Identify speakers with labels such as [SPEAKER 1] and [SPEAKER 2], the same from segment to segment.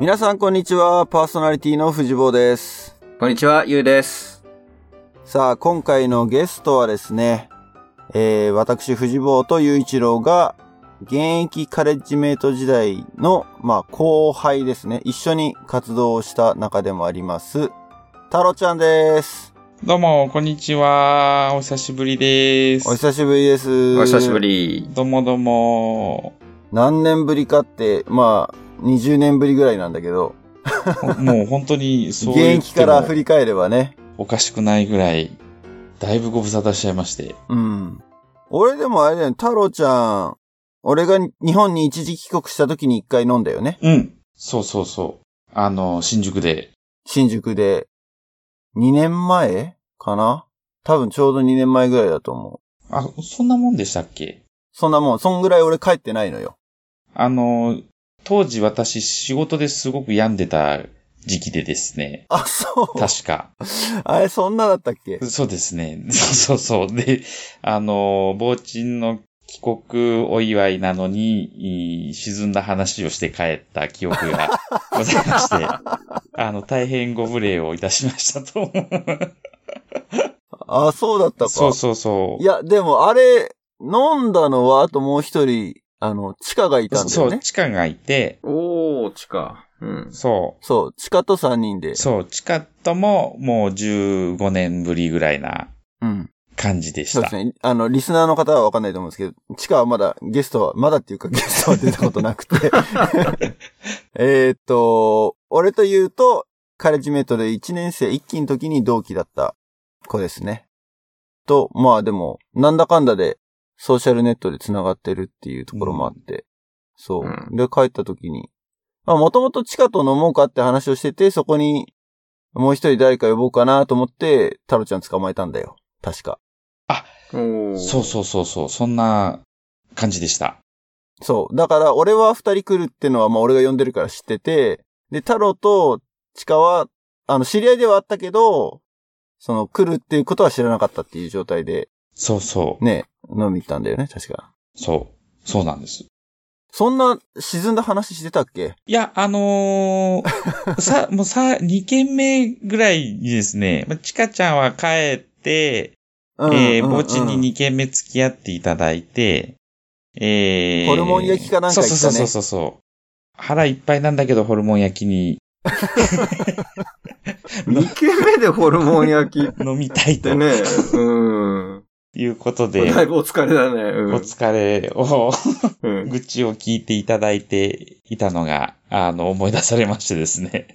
[SPEAKER 1] 皆さんこんにちは。パーソナリティの藤坊です。
[SPEAKER 2] こんにちは、ゆうです。
[SPEAKER 1] さあ、今回のゲストはですね、えー、私藤坊と雄一郎が現役カレッジメイト時代の、まあ、後輩ですね。一緒に活動をした中でもあります、太郎ちゃんです。
[SPEAKER 3] どうも、こんにちは。お久しぶりです。
[SPEAKER 1] お久しぶりです。
[SPEAKER 2] お久しぶ。り。
[SPEAKER 3] どうもど うも。
[SPEAKER 1] 何年ぶりかって、まあ、20年ぶりぐらいなんだけど、
[SPEAKER 3] ほもう本当に、そう
[SPEAKER 1] 現
[SPEAKER 3] 言っ
[SPEAKER 1] 役か
[SPEAKER 3] て
[SPEAKER 1] ら
[SPEAKER 3] も
[SPEAKER 1] 振り返ればね、
[SPEAKER 3] おかしくないぐらい、だいぶご無沙汰しちゃいまして。
[SPEAKER 1] うん。俺でもあれだよね、太郎ちゃん、俺が日本に一時帰国した時に一回飲んだよね。
[SPEAKER 3] うん。そうそうそう。あの、新宿で。
[SPEAKER 1] 新宿で。2年前かな多分ちょうど2年前ぐらいだと思う。
[SPEAKER 3] あ、そんなもんでしたっけ
[SPEAKER 1] そんなもん、そんぐらい俺帰ってないのよ。
[SPEAKER 3] あの、当時私仕事ですごく病んでた時期でですね。
[SPEAKER 1] あ、そう。
[SPEAKER 3] 確か。
[SPEAKER 1] あれ、そんなだったっけ
[SPEAKER 3] そうですね。 そうそうそう。で、あの、傍鎮の帰国お祝いなのに、いい沈んだ話をして帰った記憶がございまして、あの、大変ご無礼をいたしましたと。
[SPEAKER 1] あ、そうだったか。
[SPEAKER 3] そうそうそう。
[SPEAKER 1] いや、でもあれ、飲んだのは、あともう一人、あの、チカがいたんだ
[SPEAKER 3] そ
[SPEAKER 1] よ
[SPEAKER 3] う、
[SPEAKER 1] ね。
[SPEAKER 3] チカがいて、
[SPEAKER 2] おー、ちか。うん。
[SPEAKER 3] そ
[SPEAKER 1] そう、チカと3人で
[SPEAKER 3] う、。そう、チカとももう15年ぶりぐらいな
[SPEAKER 1] うん。
[SPEAKER 3] 感じでし
[SPEAKER 1] そう
[SPEAKER 3] た。
[SPEAKER 1] ですね。あの、リスナーの方はわかんないと思うんですけど、チカはまだゲストは、まだっていうかゲストは出たことなくて。 えーっと、俺と言うと、カレッジメイトで1年生1期の時に同期だった子ですね。と、まあでも、なんだかんだでソーシャルネットで繋がってるっていうところもあって。そうう。で、帰った時に、まあもともとチカと飲もうかって話をしてて、そこにもう一人誰か呼ぼうかなと思って、タロちゃん捕まえたんだよ。確か。
[SPEAKER 2] おー。
[SPEAKER 3] そうそうそうそう、そんな感じでした。
[SPEAKER 1] そう。だから、俺は二人来るってのは、まあ、俺が呼んでるから知ってて、で、太郎とチカは、あの、知り合いではあったけど、その、来るっていうことは知らなかったっていう状態で、
[SPEAKER 3] そうそう、
[SPEAKER 1] ね、飲み行ったんだよね、確か。
[SPEAKER 3] そう、そうなんです。
[SPEAKER 1] そんな、沈んだ話してたっけ
[SPEAKER 3] いや、あの ーさ、もうさ、2件目ぐらいにですね、まあちかちゃんは帰って、
[SPEAKER 1] うん
[SPEAKER 3] えー、
[SPEAKER 1] うん
[SPEAKER 3] 墓地に2件目付き合っていただいて、えー、
[SPEAKER 1] ホルモン焼きかなんか行ったね
[SPEAKER 3] そうそうそうそうそう。腹いっぱいなんだけど、ホルモン焼きに
[SPEAKER 2] 二軒目でホルモン焼きっ
[SPEAKER 3] 飲みたいと
[SPEAKER 2] てね、うん。
[SPEAKER 3] いうことで、
[SPEAKER 2] だいぶお疲れだね。うん
[SPEAKER 3] お疲れを、
[SPEAKER 2] うん。
[SPEAKER 3] 愚痴を聞いていただいていたのが、あの、思い出されましてですね。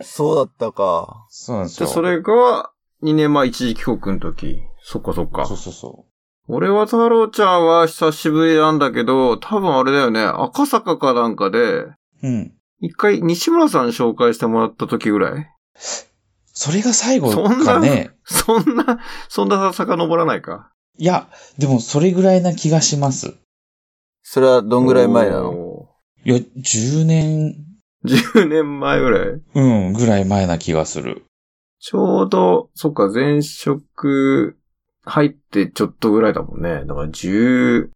[SPEAKER 1] そうだったか。
[SPEAKER 3] そうなんです
[SPEAKER 2] で、
[SPEAKER 3] よ。
[SPEAKER 2] それが、2年前一時帰国の時。そっかそっか
[SPEAKER 3] そう。そうそ
[SPEAKER 2] 俺は太郎ちゃんは久しぶりなんだけど、多分あれだよね、赤坂かなんかで、
[SPEAKER 3] う。うん。
[SPEAKER 2] 一回西村さん紹介してもらった時ぐらい
[SPEAKER 3] それが最後
[SPEAKER 2] そんな
[SPEAKER 3] かね。
[SPEAKER 2] そんな、そんな遡らないか。
[SPEAKER 3] いや、でもそれぐらいな気がします。
[SPEAKER 1] それはどんぐらい前なの
[SPEAKER 2] の
[SPEAKER 3] いや、10年、
[SPEAKER 2] ?10 年前ぐらい
[SPEAKER 3] うん、ぐらい前な気がする。
[SPEAKER 2] ちょうど、そっか、前職入ってちょっとぐらいだもんね。だから10、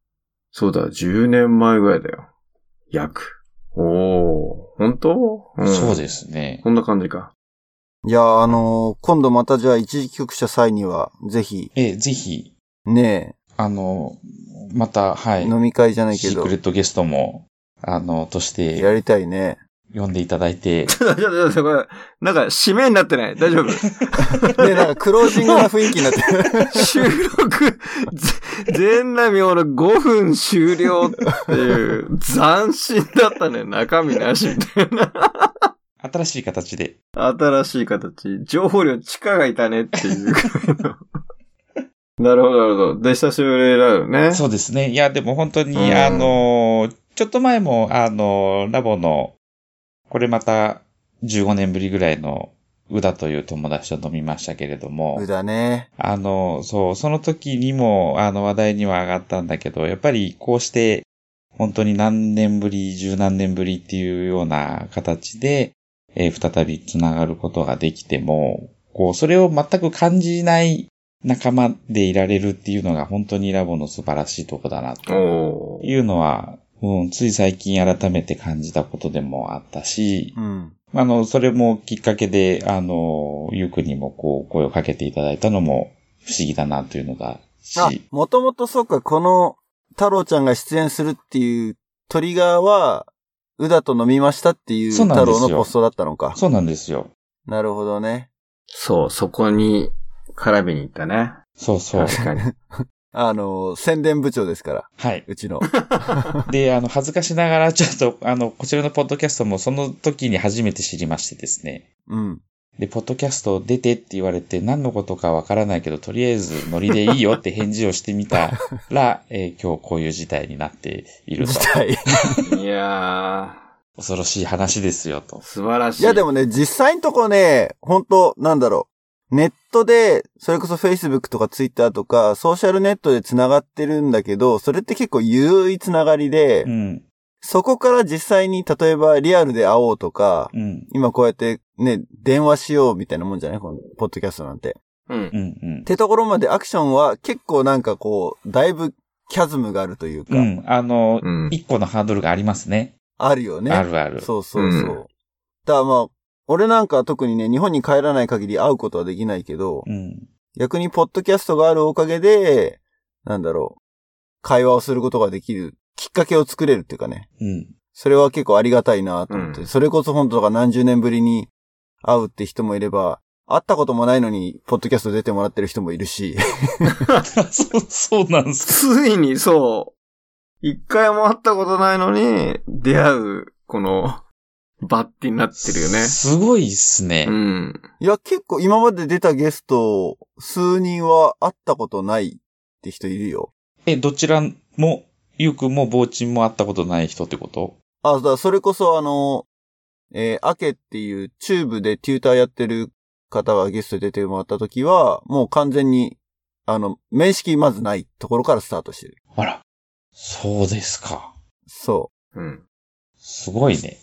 [SPEAKER 2] そうだ、10年前ぐらいだよ。約。おー、本当、うん、
[SPEAKER 3] そう
[SPEAKER 2] す。
[SPEAKER 3] ですね。
[SPEAKER 2] こんな感じか。
[SPEAKER 1] いや、あのー今度またじゃあ一時帰国した際には、ぜひ、
[SPEAKER 3] え、ぜひ、
[SPEAKER 1] ね
[SPEAKER 3] あの、また、は
[SPEAKER 1] え、
[SPEAKER 3] い、
[SPEAKER 1] 飲み会じゃないけ
[SPEAKER 3] シー
[SPEAKER 1] ど
[SPEAKER 3] ク、レットゲストも、あの、とし
[SPEAKER 1] や
[SPEAKER 3] て、
[SPEAKER 1] りたい ね。
[SPEAKER 3] 呼んでいただ いて、
[SPEAKER 2] 大丈夫、大丈夫、これ、なんか、締めになってない。大丈夫。
[SPEAKER 1] ねなんかクロージングな雰囲気になってる。
[SPEAKER 2] 収録、ぜ全ラミオの5分終了っていう、斬新だったね。中身なしみたいな。
[SPEAKER 3] 新しい形で。
[SPEAKER 2] 新しい形。情報量、地下がいたねっていう。 なるほど、なるほど。で、久しぶりだよね。
[SPEAKER 3] そうですね。いや、でも本当
[SPEAKER 2] うん
[SPEAKER 3] に、あの、ちょっと前も、あの、ラボの、これまた、15年ぶりぐらいの、うだという友達と飲みましたけれども。
[SPEAKER 1] だね。
[SPEAKER 3] あの、そう、その時にも、あの、話題には上がったんだけど、やっぱりこうして、本当に何年ぶり、十何年ぶりっていうような形で、えー再び繋がることができても、こう、それを全く感じない仲間でいられるっていうのが、本当にラボの素晴らしいとこだな、と
[SPEAKER 2] おー
[SPEAKER 3] いうのは、うん、つい最近改めて感じたことでもあったし、
[SPEAKER 1] うん。
[SPEAKER 3] あの、それもきっかけで、あの、ゆうくんにもこう、声をかけていただいたのも不思議だなというのが、し、
[SPEAKER 1] あ、もともとそうか、この太郎ちゃんが出演するっていうトリガーは、うだと飲みましたっていう
[SPEAKER 3] そうなん
[SPEAKER 1] 太
[SPEAKER 3] です
[SPEAKER 1] 郎
[SPEAKER 3] よ
[SPEAKER 1] のポストだったのか。
[SPEAKER 3] そうなんですよ。
[SPEAKER 1] なるほどね。
[SPEAKER 2] そう、そこに絡みに行ったね。
[SPEAKER 3] そうそ う。
[SPEAKER 2] 確かに。
[SPEAKER 1] あの、宣伝部長ですから、
[SPEAKER 3] はい。
[SPEAKER 1] う ちの。
[SPEAKER 3] で、あの、恥ずかしながら、ちょっと、あの、こちらのポッドキャストもその時に初めて知りましてですね。
[SPEAKER 1] うん。
[SPEAKER 3] で、ポッドキャスト出てって言われて、何のことかわからないけど、とりあえずノリでいいよって返事をしてみた ら、えー今日こういう事態になっていると。
[SPEAKER 1] 自体。
[SPEAKER 2] いや
[SPEAKER 3] 恐ろしい話ですよ、と
[SPEAKER 2] ー、。素晴らしい。
[SPEAKER 1] いやで
[SPEAKER 2] も、
[SPEAKER 1] もね、実際のとこね、本当なんだろう。ネットで、それこそ Facebook とか Twitter とか、ソーシャルネットで繋がってるんだけど、それって結構優位つながりで、
[SPEAKER 3] うん、
[SPEAKER 1] そこから実際に、例えばリアルで会おうとか、
[SPEAKER 3] うん、
[SPEAKER 1] 今こうやってね、電話しようみたいなもんじゃないこの、ポッドキャストなんて。
[SPEAKER 2] うん
[SPEAKER 3] う。ん、うん
[SPEAKER 1] っ。てところまでアクションは結構なんかこう、だいぶキャズムがあるというか、
[SPEAKER 3] うん、あの、
[SPEAKER 2] うん
[SPEAKER 3] 一個のハードルがありますね。
[SPEAKER 1] あるよね。
[SPEAKER 3] あるある。
[SPEAKER 1] そうそうそう。
[SPEAKER 2] うん
[SPEAKER 1] だからまあ、俺なんかは特にね、日本に帰らない限り会うことはできないけど、
[SPEAKER 3] うん。
[SPEAKER 1] 逆にポッドキャストがあるおかげで、なんだろう、会話をすることができる、きっかけを作れるっていうかね。
[SPEAKER 3] うん。
[SPEAKER 1] それは結構ありがたいなと思って、
[SPEAKER 2] うん
[SPEAKER 1] それこそ本当とか何十年ぶりに会うって人もいれば、会ったこともないのに、ポッドキャスト出てもらってる人もいる し、
[SPEAKER 3] そう、そうなんです。
[SPEAKER 2] ついにそう、一回も会ったことないのに、出会う、この、バッティになってるよね。
[SPEAKER 3] すごいっすね。
[SPEAKER 2] うん。
[SPEAKER 1] いや、結構今まで出たゲスト、数人は会ったことないって人いるよ。
[SPEAKER 3] え、どちらも、ゆうくんもぼうちんも会ったことない人ってこと
[SPEAKER 1] あ、だからそれこそあの、えーアケっていうチューブでテューターやってる方がゲストで出てもらった時は、もう完全に、あの、面識まずないところからスタートしてる。
[SPEAKER 3] あら。そうですか。
[SPEAKER 1] そ
[SPEAKER 2] うん。
[SPEAKER 3] すごいね。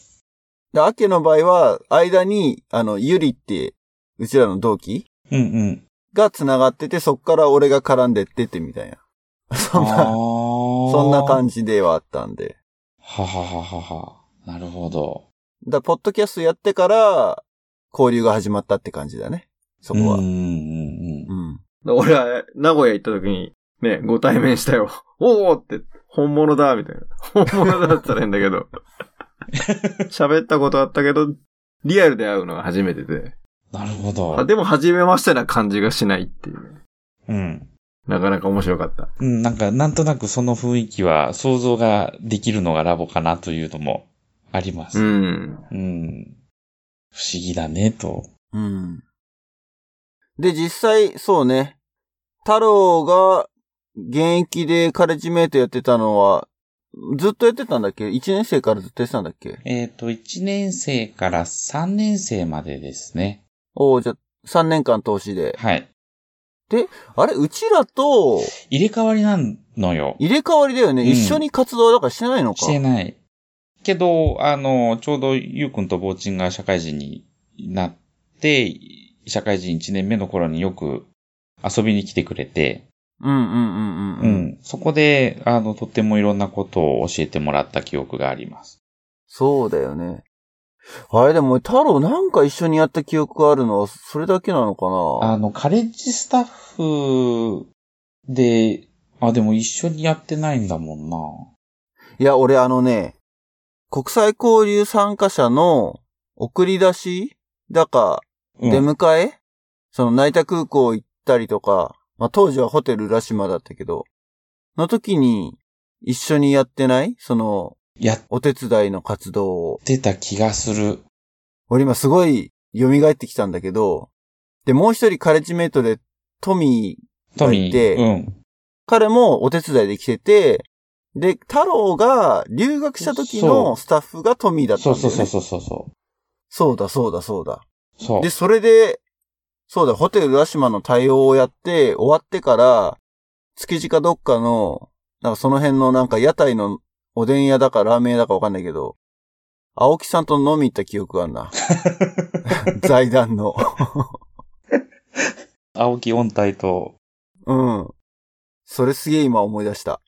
[SPEAKER 1] う。で、アケの場合は、間に、あの、ゆりって、うちらの同期
[SPEAKER 3] うんうん。
[SPEAKER 1] が繋がってて、そっから俺が絡んでってってみたいな。 そんな、そ
[SPEAKER 3] そ
[SPEAKER 1] んな
[SPEAKER 3] じ。
[SPEAKER 1] 感じではあったんで。
[SPEAKER 3] ははははは。なるほど。
[SPEAKER 1] だからポッドキャストやってから、交流が始まったって感じだね。そこは。
[SPEAKER 3] う
[SPEAKER 1] うん。
[SPEAKER 3] うんんうん。
[SPEAKER 2] 俺は、名古屋行った時に、ね、ご対面したよ。 おおって、本物だみたいな。本物だったらいいんだけ ど。喋ったことあったけど、リアルで会うのが初めてで。
[SPEAKER 3] なるほ
[SPEAKER 2] あ
[SPEAKER 3] ど。
[SPEAKER 2] でも、初めましてな感じがしないっていうね。
[SPEAKER 3] うん。
[SPEAKER 2] なかなか面白かった。
[SPEAKER 3] うん、なんか、なんとなくその雰囲気は想像ができるのがラボかなというのもあります。
[SPEAKER 2] うん。
[SPEAKER 3] うん。不思議だね、と。
[SPEAKER 1] うん。で、実際、そうね。太郎が現役でカレッジメイトやってたのは、ずっとやってたんだっけ ?1 年生からずっとやってたんだっけ
[SPEAKER 3] えっ、と、1年生から3年生までですね。
[SPEAKER 1] おおじゃあ、3年間投資で。
[SPEAKER 3] はい。
[SPEAKER 1] あれうちらと、
[SPEAKER 3] 入れ替わりなのよ。
[SPEAKER 1] 入れ替わりだよね。
[SPEAKER 3] うん
[SPEAKER 1] 一緒に活動だからしてないのか。
[SPEAKER 3] してない。けど、あの、ちょうどゆうくんとぼうちんが社会人になって、社会人1年目の頃によく遊びに来てくれて、
[SPEAKER 1] うんうんうんうん。
[SPEAKER 3] うん。そこで、あの、とってもいろんなことを教えてもらった記憶があります。
[SPEAKER 1] そうだよね。あれでも、太郎なんか一緒にやった記憶があるのは、それだけなのか
[SPEAKER 3] あ
[SPEAKER 1] な
[SPEAKER 3] の、カレッジスタッフで、あ、でも一緒にやってないんだもんな。
[SPEAKER 1] いや、俺あのね、国際交流参加者の送り出しだか、
[SPEAKER 3] うん
[SPEAKER 1] 出迎え、その成田空港行ったりとか、まあ、当時はホテル浦島だったけど、の時に一緒にやってないその、
[SPEAKER 3] やっ
[SPEAKER 1] お手伝いの活動を。
[SPEAKER 3] てた気がする。
[SPEAKER 1] 俺今すごい蘇ってきたんだけど、で、もう一人カレッジメイトで、トミー
[SPEAKER 3] トミ
[SPEAKER 1] いて
[SPEAKER 3] ー。うん。
[SPEAKER 1] 彼もお手伝いで来てて、で、太郎が留学した時のスタッフがトミーだった
[SPEAKER 3] そ
[SPEAKER 1] ん
[SPEAKER 3] う
[SPEAKER 1] だよ、
[SPEAKER 3] そう
[SPEAKER 1] ね。
[SPEAKER 3] そうそうそうそ
[SPEAKER 1] そうだ、そうだ、そうだ。
[SPEAKER 3] う。そう
[SPEAKER 1] で、。それで、そうだ、ホテル浦島の対応をやって、終わってから、築地かどっかの、なんかその辺のなんか屋台のおでん屋だかラーメン屋だかわかんないけど、青木さんと飲み行った記憶がある な。財団の。
[SPEAKER 3] 青木音体と、
[SPEAKER 1] うん。それすげえ今思い出した。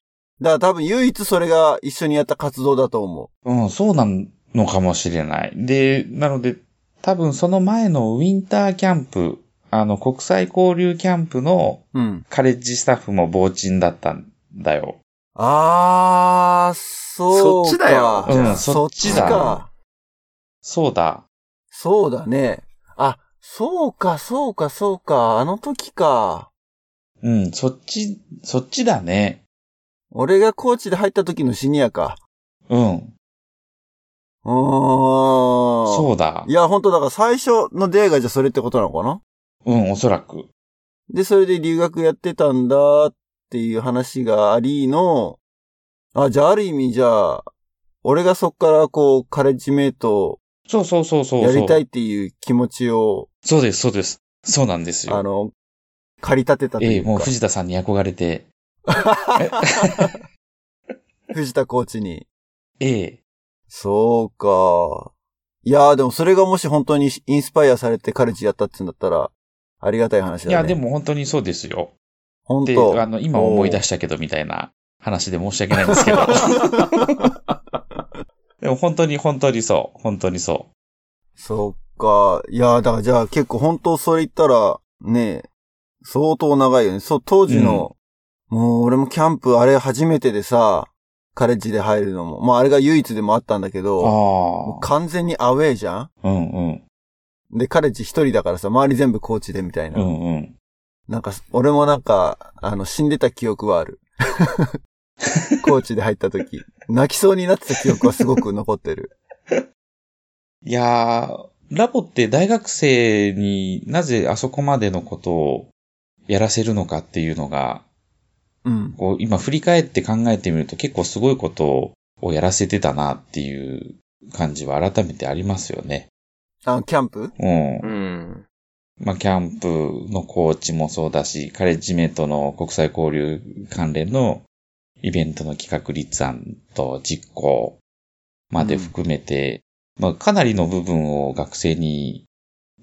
[SPEAKER 1] だから多分唯一それが一緒にやった活動だと思
[SPEAKER 3] うん、そうなのかもしれない。で、なので、多分その前のウィンターキャンプ、あの、国際交流キャンプの
[SPEAKER 1] う。うん。
[SPEAKER 3] カレッジスタッフも傍鎮だったんだよ。
[SPEAKER 1] あー、そうか。
[SPEAKER 2] そっちだよ
[SPEAKER 3] うん
[SPEAKER 1] じゃあ
[SPEAKER 3] そっちだ
[SPEAKER 1] そっちか。
[SPEAKER 3] そうだ。
[SPEAKER 1] そうだね。あ、そうか、そうか、そうか。あの時か。
[SPEAKER 3] うん、そっち、そっちだね。
[SPEAKER 1] 俺がコーチで入った時のシニアか。
[SPEAKER 3] うん、
[SPEAKER 1] うーん。
[SPEAKER 3] そうだ
[SPEAKER 1] い。や、本当だから最初の出会いがじゃあそれってことなのかな
[SPEAKER 3] うん、おそらく。
[SPEAKER 1] で、それで留学やってたんだっていう話がありの、あ、じゃあある意味じゃあ、俺がそっからこう、カレッジメイト
[SPEAKER 3] そうそうそうそう
[SPEAKER 1] を
[SPEAKER 3] そう。
[SPEAKER 1] やりたいっていう気持ちを、
[SPEAKER 3] そうです、そうです。そうなんです
[SPEAKER 1] あ
[SPEAKER 3] よ。
[SPEAKER 1] の、借り立てたと
[SPEAKER 3] え
[SPEAKER 1] い
[SPEAKER 3] え、
[SPEAKER 1] うか。
[SPEAKER 3] もう藤田さんに憧れて、
[SPEAKER 1] 藤田コーチに。
[SPEAKER 3] ええ、
[SPEAKER 1] そうか。いやーでもそれがもし本当にインスパイアされてカレッジやったって言うんだったら、ありがたい話だ
[SPEAKER 3] い
[SPEAKER 1] ね。
[SPEAKER 3] や、で、も本当にそうですよ。
[SPEAKER 1] 本
[SPEAKER 3] で、
[SPEAKER 1] 当
[SPEAKER 3] あの、今思い出したけど、みたいな話で申し訳ないんですけど。 でも本当に本当にそう。本当にそ
[SPEAKER 1] そっか。いやー、だからじゃあ結構本当それ言ったら、ねえ、相当長いよね。そう、当時の、もう俺もキャンプあれ初めてでさ、カレッジで入るのも、まああれが唯一でもあったんだけ
[SPEAKER 3] う。
[SPEAKER 1] ど、もう
[SPEAKER 3] あ
[SPEAKER 1] 完全にアウェーじゃ
[SPEAKER 3] あ。うんうん。
[SPEAKER 1] んで、カレッジ一人だからさ、周り全部コーチでみたいな。
[SPEAKER 3] うんうん。
[SPEAKER 1] なんか、俺もなんか、あの、死んでた記憶はあ る。コーチで入った時。泣きそうになってた記憶はすごく残ってる。
[SPEAKER 3] いやー、ラボって大学生になぜあそこまでのことをやらせるのかっていうのが、
[SPEAKER 1] うん。
[SPEAKER 3] こう今振り返って考えてみると結構すごいことをやらせてたなっていう感じは改めてありますよね。
[SPEAKER 1] あ、キャンプ
[SPEAKER 3] うん
[SPEAKER 2] う。ん。
[SPEAKER 3] まあ、キャンプのコーチもそうだし、カレッジメイトの国際交流関連のイベントの企画立案と実行まで含めて、まあ、かなりの部分を学生に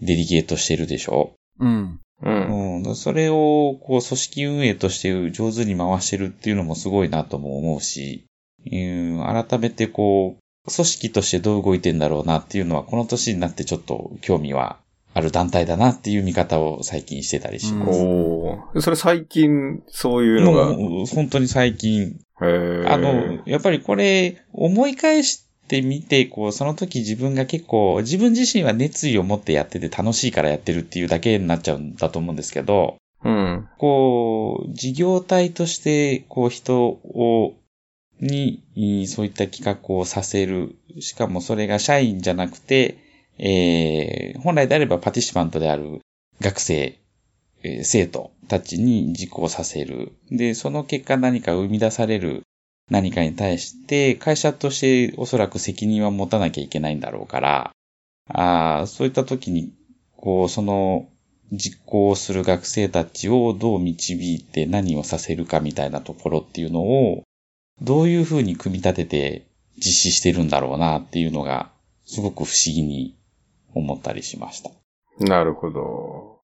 [SPEAKER 3] デリゲートしてるでしょ。
[SPEAKER 1] うん。
[SPEAKER 2] うん。
[SPEAKER 3] うん。それを、こう、組織運営として上手に回してるっていうのもすごいなとも思うし、うん、改めてこう、組織としてどう動いてんだろうなっていうのは、この年になってちょっと興味はある団体だなっていう見方を最近してたりしま
[SPEAKER 1] うん
[SPEAKER 3] す。
[SPEAKER 2] おーそれ最近、そういうのが。
[SPEAKER 3] もう本当に最近、
[SPEAKER 2] へー
[SPEAKER 3] あの、、やっぱりこれ、思い返してみて、こう、その時自分が結構、自分自身は熱意を持ってやってて楽しいからやってるっていうだけになっちゃうんだと思うんですけど、
[SPEAKER 2] うん。
[SPEAKER 3] こう、事業体として、こう、人を、に、いそういった企画をさせる。しかもそれが社員じゃなくて、えー本来であればパティシパントである学生、えー生徒たちに実行させる。で、その結果何か生み出される何かに対して、会社としておそらく責任は持たなきゃいけないんだろうから、あーそういった時に、こう、その実行する学生たちをどう導いて何をさせるかみたいなところっていうのを、どういうふうに組み立てて実施してるんだろうなっていうのが、すごく不思議に思ったりしました。
[SPEAKER 2] なるほど。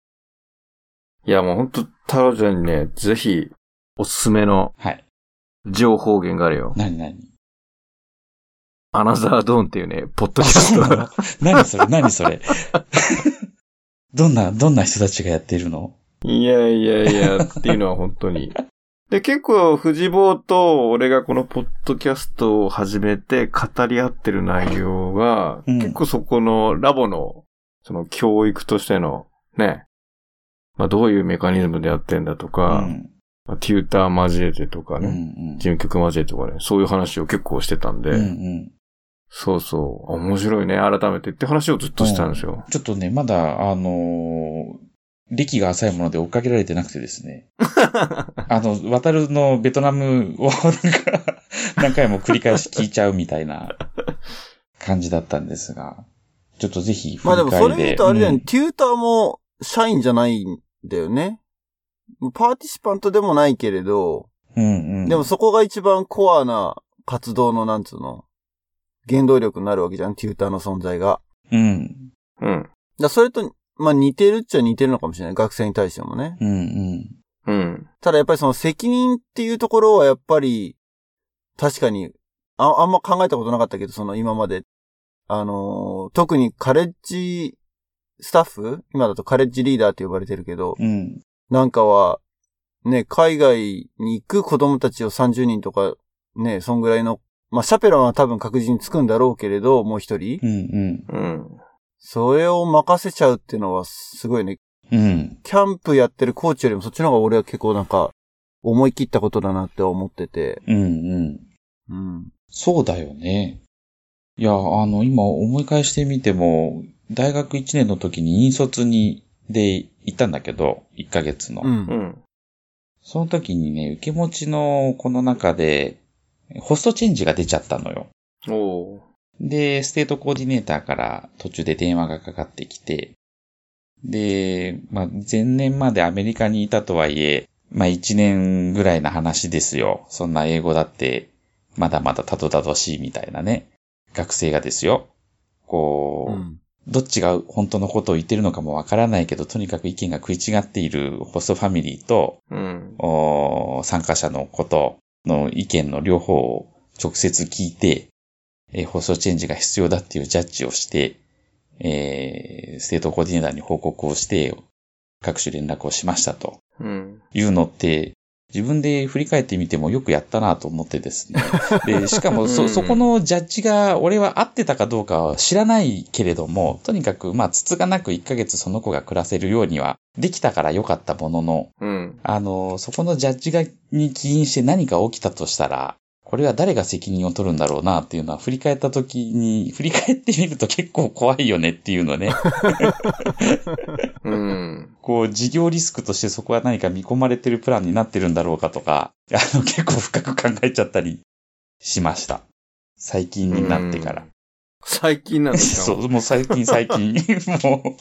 [SPEAKER 2] いや、もうほんと、太郎ちゃんにね、ぜひ、おすすめの
[SPEAKER 3] はい。
[SPEAKER 2] 情報源があるよ。
[SPEAKER 3] 何何
[SPEAKER 2] アナザードーンっていうね、ポッド
[SPEAKER 3] あ、
[SPEAKER 2] キャス
[SPEAKER 3] そう
[SPEAKER 2] ト
[SPEAKER 3] な
[SPEAKER 2] が
[SPEAKER 3] の。何それ何それ どんな、どんな人たちがやっているの
[SPEAKER 2] いやいやいや、っていうのは本当に。で、結構、藤坊と俺がこのポッドキャストを始めて語り合ってる内容が、
[SPEAKER 3] うん
[SPEAKER 2] 結構そこのラボの、その教育としての、ね、まあどういうメカニズムでやってんだと
[SPEAKER 3] う
[SPEAKER 2] か、
[SPEAKER 3] ん。
[SPEAKER 2] まあテューター交えてとか
[SPEAKER 3] うんう
[SPEAKER 2] ね、
[SPEAKER 3] ん。
[SPEAKER 2] 事務局交えてとかね、そういう話を結構してたんで、
[SPEAKER 3] うんうん。
[SPEAKER 2] そうそう、面白いね、改めてって話をずっとしてたんですよ。
[SPEAKER 3] ちょっとね、まだ、あのー歴が浅いもので追っかけられてなくてですね。 あの、渡るのベトナムをなんか、何回も繰り返し聞いちゃうみたいな感じだったんですが、ちょっとぜひ振り
[SPEAKER 1] まあ
[SPEAKER 3] 返
[SPEAKER 1] で
[SPEAKER 3] り
[SPEAKER 1] も
[SPEAKER 3] で、
[SPEAKER 1] それ言うとあれだよね、
[SPEAKER 3] うん
[SPEAKER 1] テューターも社員じゃないんだよね。パーティシパントでもないけれど、
[SPEAKER 3] うんうん。
[SPEAKER 1] でもそこが一番コアな活動のなんつうの、原動力になるわけじゃん、テューターの存在が。
[SPEAKER 3] うん。
[SPEAKER 2] うん。
[SPEAKER 1] だそれと、まあ似てるっちゃ似てるのかもしれない。学生に対してもね。
[SPEAKER 3] うんうん。
[SPEAKER 2] うん。
[SPEAKER 1] ただやっぱりその責任っていうところはやっぱり確かに、あ、あんま考えたことなかったけど、その今まで。あのー特にカレッジスタッフ今だとカレッジリーダーって呼ばれてるけど、
[SPEAKER 3] うん。
[SPEAKER 1] なんかは、ね、海外に行く子供たちを30人とか、ね、そんぐらいの、まあ、シャペロンは多分確実につくんだろうけれど、もう一人、
[SPEAKER 3] うん、
[SPEAKER 2] うん。
[SPEAKER 1] それを任せちゃうっていうのはすごいね。
[SPEAKER 3] うん。うん。
[SPEAKER 1] キャンプやってるコーチよりもそっちの方が俺は結構なんか、思い切ったことだなって思ってて。
[SPEAKER 3] うん、うん。
[SPEAKER 1] うん。
[SPEAKER 3] そうだよね。いや、あの、今思い返してみても、大学1年の時に引率に、で、行ったんだけど、1ヶ月の。
[SPEAKER 1] うん。
[SPEAKER 2] うん。
[SPEAKER 3] その時にね、受け持ちのこの中で、ホストチェンジが出ちゃったのよ。
[SPEAKER 2] おー
[SPEAKER 3] で、ステートコーディネーターから途中で電話がかかってきて、で、まあ、前年までアメリカにいたとはいえ、まあ、1年ぐらいの話ですよ。そんな英語だって、まだまだたどたどしいみたいなね。学生がですよ。こう、
[SPEAKER 1] うん。
[SPEAKER 3] どっちが本当のことを言ってるのかもわからないけど、とにかく意見が食い違っているホストファミリーと、
[SPEAKER 2] うん。
[SPEAKER 3] おー参加者のことの意見の両方を直接聞いて、えー放送チェンジが必要だっていうジャッジをして、えー、ステートコーディネーターに報告をして、各種連絡をしましたと
[SPEAKER 2] うん。
[SPEAKER 3] いうのって、自分で振り返ってみてもよくやったなと思ってです ね。で、しかも
[SPEAKER 2] う
[SPEAKER 3] そ、
[SPEAKER 2] ん
[SPEAKER 3] そこのジャッジが俺は合ってたかどうかは知らないけれども、とにかくまあ、つつがなく1ヶ月その子が暮らせるようにはできたから良かったものの、
[SPEAKER 2] うん。
[SPEAKER 3] あの、そこのジャッジが、に起因して何か起きたとしたら、これは誰が責任を取るんだろうなっていうのは、振り返った時に、振り返ってみると結構怖いよねっていう のね。
[SPEAKER 2] うん。
[SPEAKER 3] こう、事業リスクとしてそこは何か見込まれてるプランになってるんだろうかとか、あの、結構深く考えちゃったりしました。最近になってから。
[SPEAKER 2] 最近なんです か
[SPEAKER 3] そう、もう最近 最近。も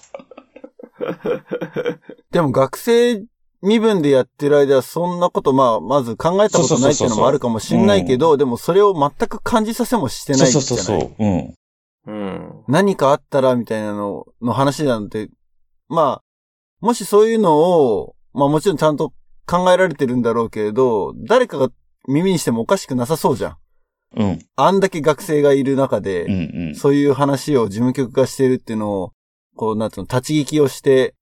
[SPEAKER 1] でも学生身分でやってる間はそんなこと、まあ、まず考えたことないっていうのもあるかもしんないけど、でもそれを全く感じさせもして
[SPEAKER 3] う、
[SPEAKER 1] ない
[SPEAKER 3] そ
[SPEAKER 1] じ
[SPEAKER 3] う
[SPEAKER 1] ゃない
[SPEAKER 3] そうそうそう。うん。
[SPEAKER 2] うん。
[SPEAKER 1] 何かあったらみたいなのの話なんて、まあ、もしそういうのを、まあもちろんちゃんと考えられてるんだろうけれど、誰かが耳にしてもおかしくなさそうじゃん。
[SPEAKER 3] うん。
[SPEAKER 1] あんだけ学生がいる中で、
[SPEAKER 3] うん。うん。
[SPEAKER 1] そういう話を事務局がしてるっていうのを、こう、なんつうの、立ち聞きをして、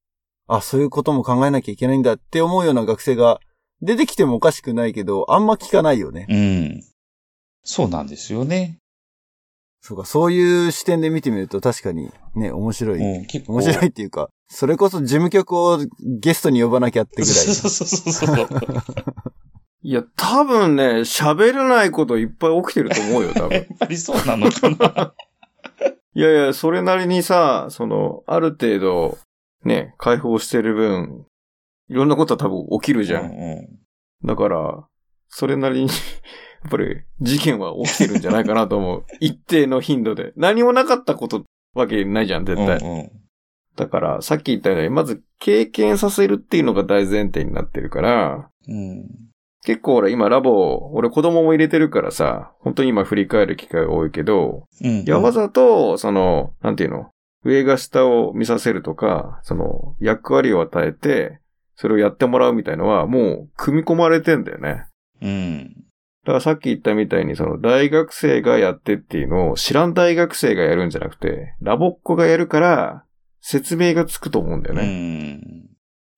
[SPEAKER 1] あ、そういうことも考えなきゃいけないんだって思うような学生が出てきてもおかしくないけど、あんま聞かないよね。
[SPEAKER 3] うん。そうなんですよね。
[SPEAKER 1] そうか、そういう視点で見てみると確かにね、面白い。
[SPEAKER 3] うん、結構。
[SPEAKER 1] 面白いっていうか、それこそ事務局をゲストに呼ばなきゃってぐらい。
[SPEAKER 3] そうそうそう そうそう。や
[SPEAKER 2] いや、多分ね、喋れないこといっぱい起きてると思うよ、多分。
[SPEAKER 3] っぱりそうなのかな。
[SPEAKER 2] いやいや、それなりにさ、その、ある程度、ね、解放してる分、いろんなことは多分起きるじゃ。
[SPEAKER 3] うんん
[SPEAKER 2] だから、それなりに、 やっぱり、事件は起きてるんじゃないかなと思う。一定の頻度で。何もなかったことわけないじゃん、絶
[SPEAKER 3] うん。
[SPEAKER 2] 対。
[SPEAKER 3] うん
[SPEAKER 2] だから、さっき言ったように、まず経験させるっていうのが大前提になってるから、
[SPEAKER 3] うん。
[SPEAKER 2] 結構俺今ラボ、俺子供も入れてるからさ、本当に今振り返る機会多いけど、
[SPEAKER 3] うん。
[SPEAKER 2] いや、わざと、その、なんていうの、上が下を見させるとか、その、役割を与えて、それをやってもらうみたいのは、もう、組み込まれてんだよね。
[SPEAKER 3] うん。
[SPEAKER 2] だからさっき言ったみたいに、その、大学生がやってっていうのを、知らん大学生がやるんじゃなくて、ラボっ子がやるから、説明がつくと思うんだよ
[SPEAKER 3] う
[SPEAKER 2] ね。
[SPEAKER 3] ん。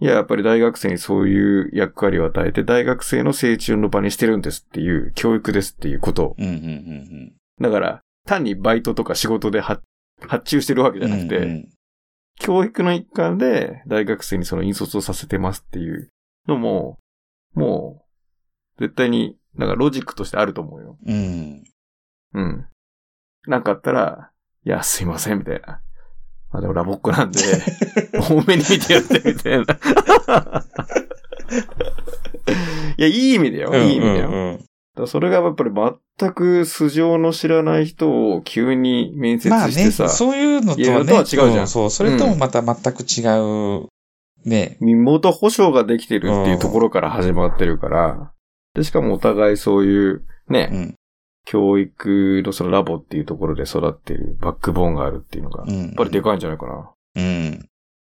[SPEAKER 2] いや、やっぱり大学生にそういう役割を与えて、大学生の成長の場にしてるんですっていう、教育ですっていうことを
[SPEAKER 3] うん。うん。うん。
[SPEAKER 2] だから、単にバイトとか仕事で発発注してるわけじゃなくて、
[SPEAKER 3] うん
[SPEAKER 2] 教育の一環で大学生にその引率をさせてますっていうのも、もう、絶対に、なんかロジックとしてあると思うよ。
[SPEAKER 3] うん。うん。
[SPEAKER 2] うん。なんかあったら、いや、すいません、みたいな。あ、でもラボっ子なんで、 多めに見てやって、みたいな。いや、いい意味だよ。いい意味だ
[SPEAKER 3] うん
[SPEAKER 2] よ。だか
[SPEAKER 3] うんうん
[SPEAKER 2] らそれがやっぱり全く素性の知らない人を急に面接
[SPEAKER 3] まあ
[SPEAKER 2] して
[SPEAKER 3] ね、
[SPEAKER 2] さ、
[SPEAKER 3] そういうのと
[SPEAKER 2] い
[SPEAKER 3] は
[SPEAKER 2] や
[SPEAKER 3] ね。
[SPEAKER 2] とは違うじゃん
[SPEAKER 3] うそう、それともまた全く違う。ね。
[SPEAKER 2] 身元保証ができてるっていうところから始まってるから、で、しかもお互いそういう、ね、
[SPEAKER 3] うん。
[SPEAKER 2] 教育のそのラボっていうところで育ってるバックボーンがあるっていうのが、
[SPEAKER 3] う
[SPEAKER 2] やっ
[SPEAKER 3] ん。
[SPEAKER 2] ぱりでかいんじゃないかな。
[SPEAKER 3] うん。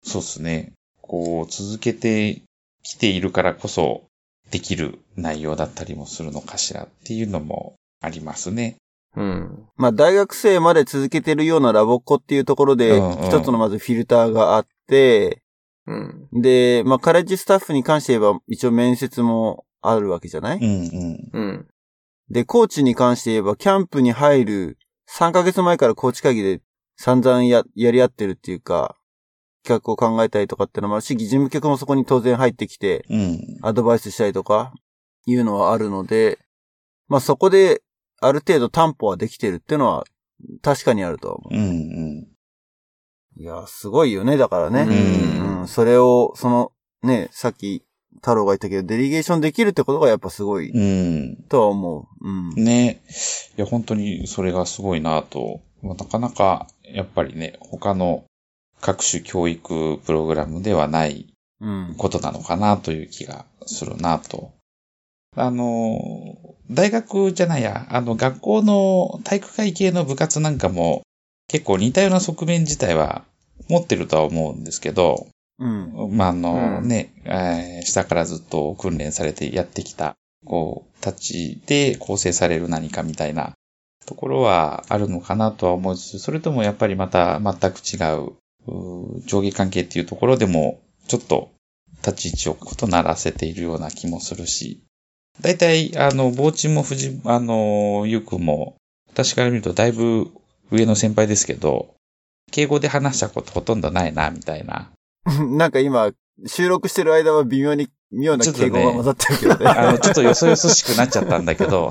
[SPEAKER 3] そうっすね。こう、続けてきているからこそ、できる内容だったりもするのかしらっていうのもありますね。
[SPEAKER 2] うん。
[SPEAKER 1] まあ、大学生まで続けてるようなラボっ子っていうところで
[SPEAKER 3] うんうん、
[SPEAKER 1] 一つのまずフィルターがあって、
[SPEAKER 2] うん。
[SPEAKER 1] で、まあ、カレッジスタッフに関して言えば、一応面接もあるわけじゃない、
[SPEAKER 3] うんうん。
[SPEAKER 2] うん。
[SPEAKER 1] で、コーチに関して言えば、キャンプに入る3ヶ月前からコーチ会議で散々や、やり合ってるっていうか、企画を考えたりとかってのもあるし、事務局もそこに当然入ってきて、
[SPEAKER 3] うん。
[SPEAKER 1] アドバイスしたりとか、いうのはあるので、まあそこで、ある程度担保はできてるっていうのは、確かにあるとは思
[SPEAKER 3] うんうん。
[SPEAKER 1] う。いや、すごいよね、だからね。
[SPEAKER 3] うん
[SPEAKER 1] うん、それを、その、ね、さっき、太郎が言ったけど、デリゲーションできるってことがやっぱすごい、
[SPEAKER 3] うん。
[SPEAKER 1] とは思う。うん。
[SPEAKER 3] ね。いや、本当にそれがすごいなと。まあなかなか、やっぱりね、他の各種教育プログラムではない
[SPEAKER 1] うん。
[SPEAKER 3] ことなのかなという気がするなと。あの、大学じゃないや、あの、学校の体育会系の部活なんかも、結構似たような側面自体は持ってるとは思うんですけど、
[SPEAKER 1] うん。
[SPEAKER 3] まあ、あの、
[SPEAKER 2] うん
[SPEAKER 3] ね、えー下からずっと訓練されてやってきた、こう、たちで構成される何かみたいなところはあるのかなとは思いつつ、それともやっぱりまた全く違う、うー上下関係っていうところでも、ちょっと立ち位置を異ならせているような気もするし、大体、あの、傍地も藤、あの、ゆうくんも、私から見るとだいぶ上の先輩ですけど、敬語で話したことほとんどないな、みたいな。
[SPEAKER 1] なんか今、収録してる間は微妙に、妙な敬語が混ざってるけど ね。
[SPEAKER 3] あの、ちょっとよそよそしくなっちゃったんだけど。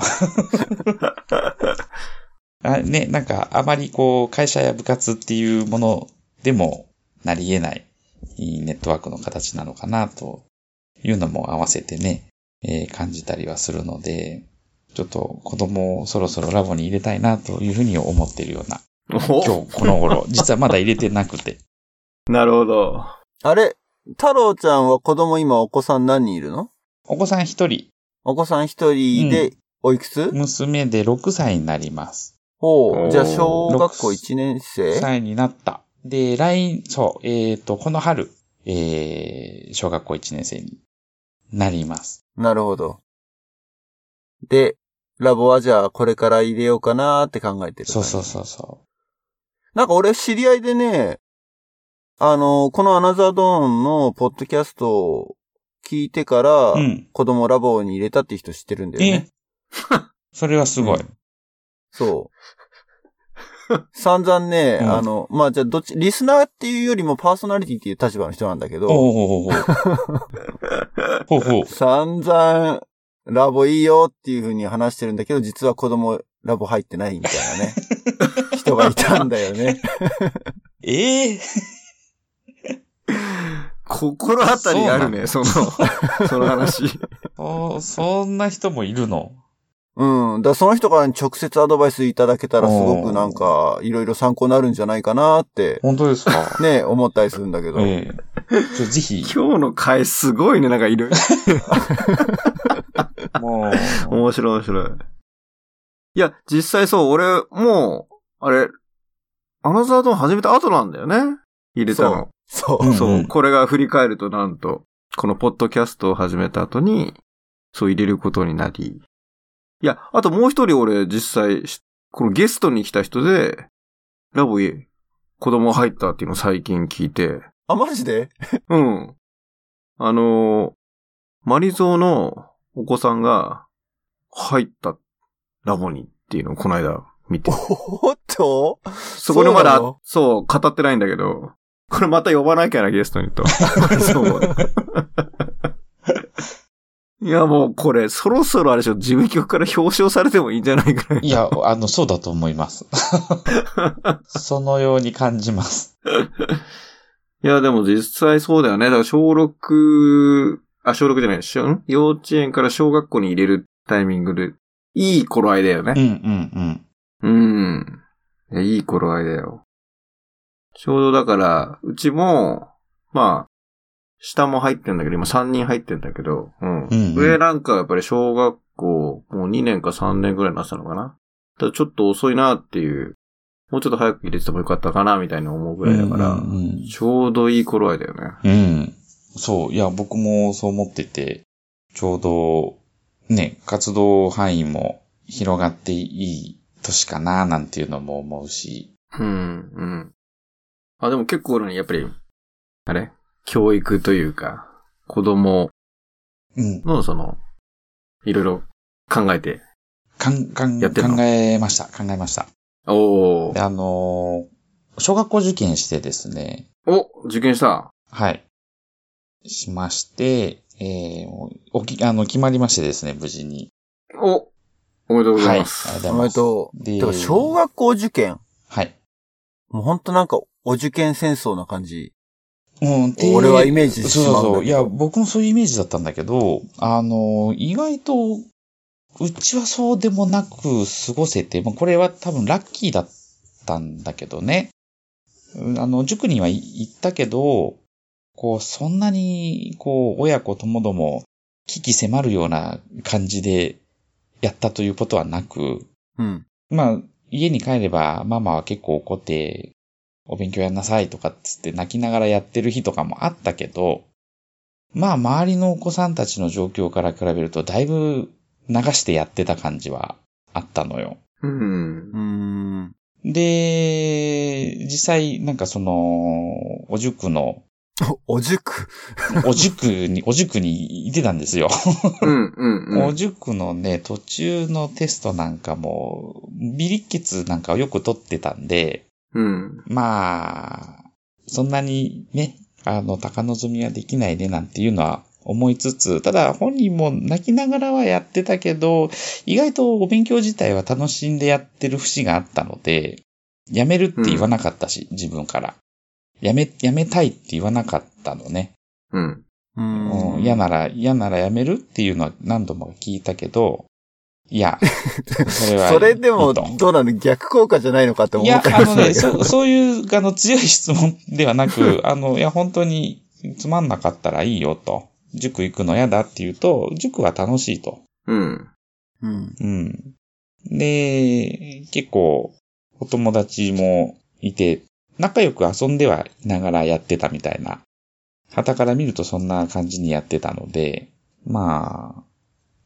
[SPEAKER 3] あね、なんか、あまりこう、会社や部活っていうものでもなり得ないいいネットワークの形なのかな、というのも合わせてね、えー感じたりはするので、ちょっと子供をそろそろラボに入れたいなというふうに思っているような、今
[SPEAKER 2] お
[SPEAKER 3] 日この頃、実はまだ入れてなくて。
[SPEAKER 2] なるほど。
[SPEAKER 1] あれ、太郎ちゃんは子供今お子さん何人いるの
[SPEAKER 3] お子さん一人、
[SPEAKER 1] お子さん一人で、おいくつ、
[SPEAKER 3] 娘で6歳になります。
[SPEAKER 1] お
[SPEAKER 2] お
[SPEAKER 1] う、
[SPEAKER 2] ー
[SPEAKER 1] じゃあ小学校1年生
[SPEAKER 3] 歳になった。で、来、そう、えっ、と、この春、えー、小学校1年生になります。
[SPEAKER 1] なるほど。で、ラボはじゃあこれから入れようかなーって考えてる。
[SPEAKER 3] そうそうそうそ
[SPEAKER 1] なんか俺知り合いでね、あの、このアナザードーンのポッドキャストを聞いてから
[SPEAKER 3] う。う、ん。
[SPEAKER 1] 子供ラボに入れたって人知ってるんだよね。
[SPEAKER 3] えそれはすごい。
[SPEAKER 1] そう。散々ね、
[SPEAKER 3] うん
[SPEAKER 1] あの、まあ、じゃあ、どっち、リスナーっていうよりもパーソナリティっていう立場の人なんだけど、
[SPEAKER 3] おおほうほうほう。ほうほう。
[SPEAKER 1] 散々、ラボいいよっていう風に話してるんだけど、実は子供ラボ入ってないみたい なね、人がいたんだよね。
[SPEAKER 3] ええ
[SPEAKER 2] 心当たりあるね、 その、その話。
[SPEAKER 3] そ、そんな人もいるの
[SPEAKER 1] うん。だからその人から直接アドバイスいただけたらすごくなんか、いろいろ参考になるんじゃないかなって、
[SPEAKER 3] 本当ですか
[SPEAKER 1] ね、思ったりするんだけど。
[SPEAKER 3] ええちょぜひ、
[SPEAKER 2] 今日の回すごいね、なんかいる。
[SPEAKER 3] もう、
[SPEAKER 2] 面白い面白い。いや、実際そう、俺、もう、あれ、アナザードーン始めた後なんだよね。入れたの。
[SPEAKER 1] そう。
[SPEAKER 3] うん
[SPEAKER 2] そう、
[SPEAKER 3] うん
[SPEAKER 2] これが振り返るとなんと、このポッドキャストを始めた後に、そう入れることになり。いや、あともう一人俺実際し、このゲストに来た人で、ラボへ子供入ったっていうのを最近聞いて、
[SPEAKER 1] あ、マジで
[SPEAKER 2] うん。あのーマリゾーのお子さんが入ったラボにっていうのをこの間見て。
[SPEAKER 1] おっと
[SPEAKER 2] そこでまだ、
[SPEAKER 1] そうな
[SPEAKER 2] そう
[SPEAKER 1] の
[SPEAKER 2] 語ってないんだけど、これまた呼ばなきゃな、ゲストに と。そう。いや、もうこれ、そろそろあれでしょ、事務局から表彰されてもいいんじゃないかな。
[SPEAKER 3] いや、あの、そうだと思います。そのように感じます。
[SPEAKER 2] いや、でも実際そうだよね。だから小6、あ、小6じゃない、しょん幼稚園から小学校に入れるタイミングで、いい頃合いだ
[SPEAKER 3] う
[SPEAKER 2] よ
[SPEAKER 3] ん
[SPEAKER 2] ね。
[SPEAKER 3] うんうん。
[SPEAKER 2] うん。いやいい頃合いだよ。ちょうどだから、うちも、まあ、下も入ってんだけど、今3人入ってんだけど、う
[SPEAKER 3] うん
[SPEAKER 2] ん。
[SPEAKER 3] うん
[SPEAKER 2] 上なんかはやっぱり小学校、もう2年か3年ぐらいになってたのかな。ただちょっと遅いなっていう、もうちょっと早く入れててもよかったかな、みたいな思うぐらいだから、
[SPEAKER 3] うんうんうん
[SPEAKER 2] ちょうどいい頃合いだよね。
[SPEAKER 3] うん。そう。いや、僕もそう思ってて、ちょうど、ね、活動範囲も広がっていい年かな、なんていうのも思うし。
[SPEAKER 2] うん、うん。あ、でも結構ね、やっぱり、あれ教育というか、子供
[SPEAKER 3] うん。
[SPEAKER 2] のその、いろいろ考えて。
[SPEAKER 3] かん、かん、
[SPEAKER 2] やってんの
[SPEAKER 3] 考えました。考えました。
[SPEAKER 2] お
[SPEAKER 3] であのー小学校受験してですね、
[SPEAKER 2] お、受験した。
[SPEAKER 3] はい。しまして、えー、おき、あの、決まりましてですね、無事に。
[SPEAKER 2] お、おめでとうございます。
[SPEAKER 3] はいありが
[SPEAKER 1] お
[SPEAKER 3] とうござい
[SPEAKER 1] め
[SPEAKER 3] ま。
[SPEAKER 1] ですとう。
[SPEAKER 3] で
[SPEAKER 1] てか、小学校受験
[SPEAKER 3] はい。
[SPEAKER 1] もうほんとなんか、お受験戦争な感じ。
[SPEAKER 3] うん、で
[SPEAKER 1] 俺はイメージして
[SPEAKER 3] そう
[SPEAKER 1] し
[SPEAKER 3] そ
[SPEAKER 1] ま
[SPEAKER 3] う
[SPEAKER 1] うんだけど
[SPEAKER 3] そう。いや、僕もそういうイメージだったんだけど、あの、意外と、うちはそうでもなく過ごせて、まあ、これは多分ラッキーだったんだけどね。うんあの、塾にはい行ったけど、こう、そんなに、こう、親子ともども、危機迫るような感じでやったということはなく、
[SPEAKER 1] うん。
[SPEAKER 3] まあ、家に帰れば、ママは結構怒って、お勉強やんなさいとかっつって泣きながらやってる日とかもあったけど、まあ、周りのお子さんたちの状況から比べると、だいぶ流してやってた感じはあったのよ。
[SPEAKER 2] うん
[SPEAKER 1] うー。ん。
[SPEAKER 3] で、実際、なんかその、お塾の、
[SPEAKER 1] お、お塾。
[SPEAKER 3] お塾に、お塾にいてたんですよ。
[SPEAKER 2] うん、うん、う
[SPEAKER 3] お
[SPEAKER 2] ん。
[SPEAKER 3] 塾のね、途中のテストなんかも、ビリッケツなんかをよく取ってたんで、
[SPEAKER 2] うん。
[SPEAKER 3] まあ、そんなにね、あの、高望みはできないねなんていうのは思いつつ、ただ本人も泣きながらはやってたけど、意外とお勉強自体は楽しんでやってる節があったので、やめるって言わなかったし、自分から。やめ、やめたいって言わなかったのね。
[SPEAKER 2] うん。
[SPEAKER 1] う。
[SPEAKER 3] うんん、嫌なら、嫌ならやめるっていうのは何度も聞いたけど、いや、それはいい
[SPEAKER 1] それで
[SPEAKER 3] い
[SPEAKER 1] も、
[SPEAKER 3] いと
[SPEAKER 1] どうなの逆効果じゃないのかって
[SPEAKER 3] い
[SPEAKER 1] 思
[SPEAKER 3] や
[SPEAKER 1] っ、た
[SPEAKER 3] あ
[SPEAKER 1] り
[SPEAKER 3] の
[SPEAKER 1] するん
[SPEAKER 3] ね、
[SPEAKER 1] だけど
[SPEAKER 3] そそういう、あの、強い質問ではなく、 あの、いや、本当につまんなかったらいいよと。塾行くの嫌だって言うと、塾は楽しいと。
[SPEAKER 2] うん。
[SPEAKER 1] うん。
[SPEAKER 3] うん。で、結構、お友達もいて、仲良く遊んではいながらやってたみたいな。旗から見るとそんな感じにやってたので、まあ、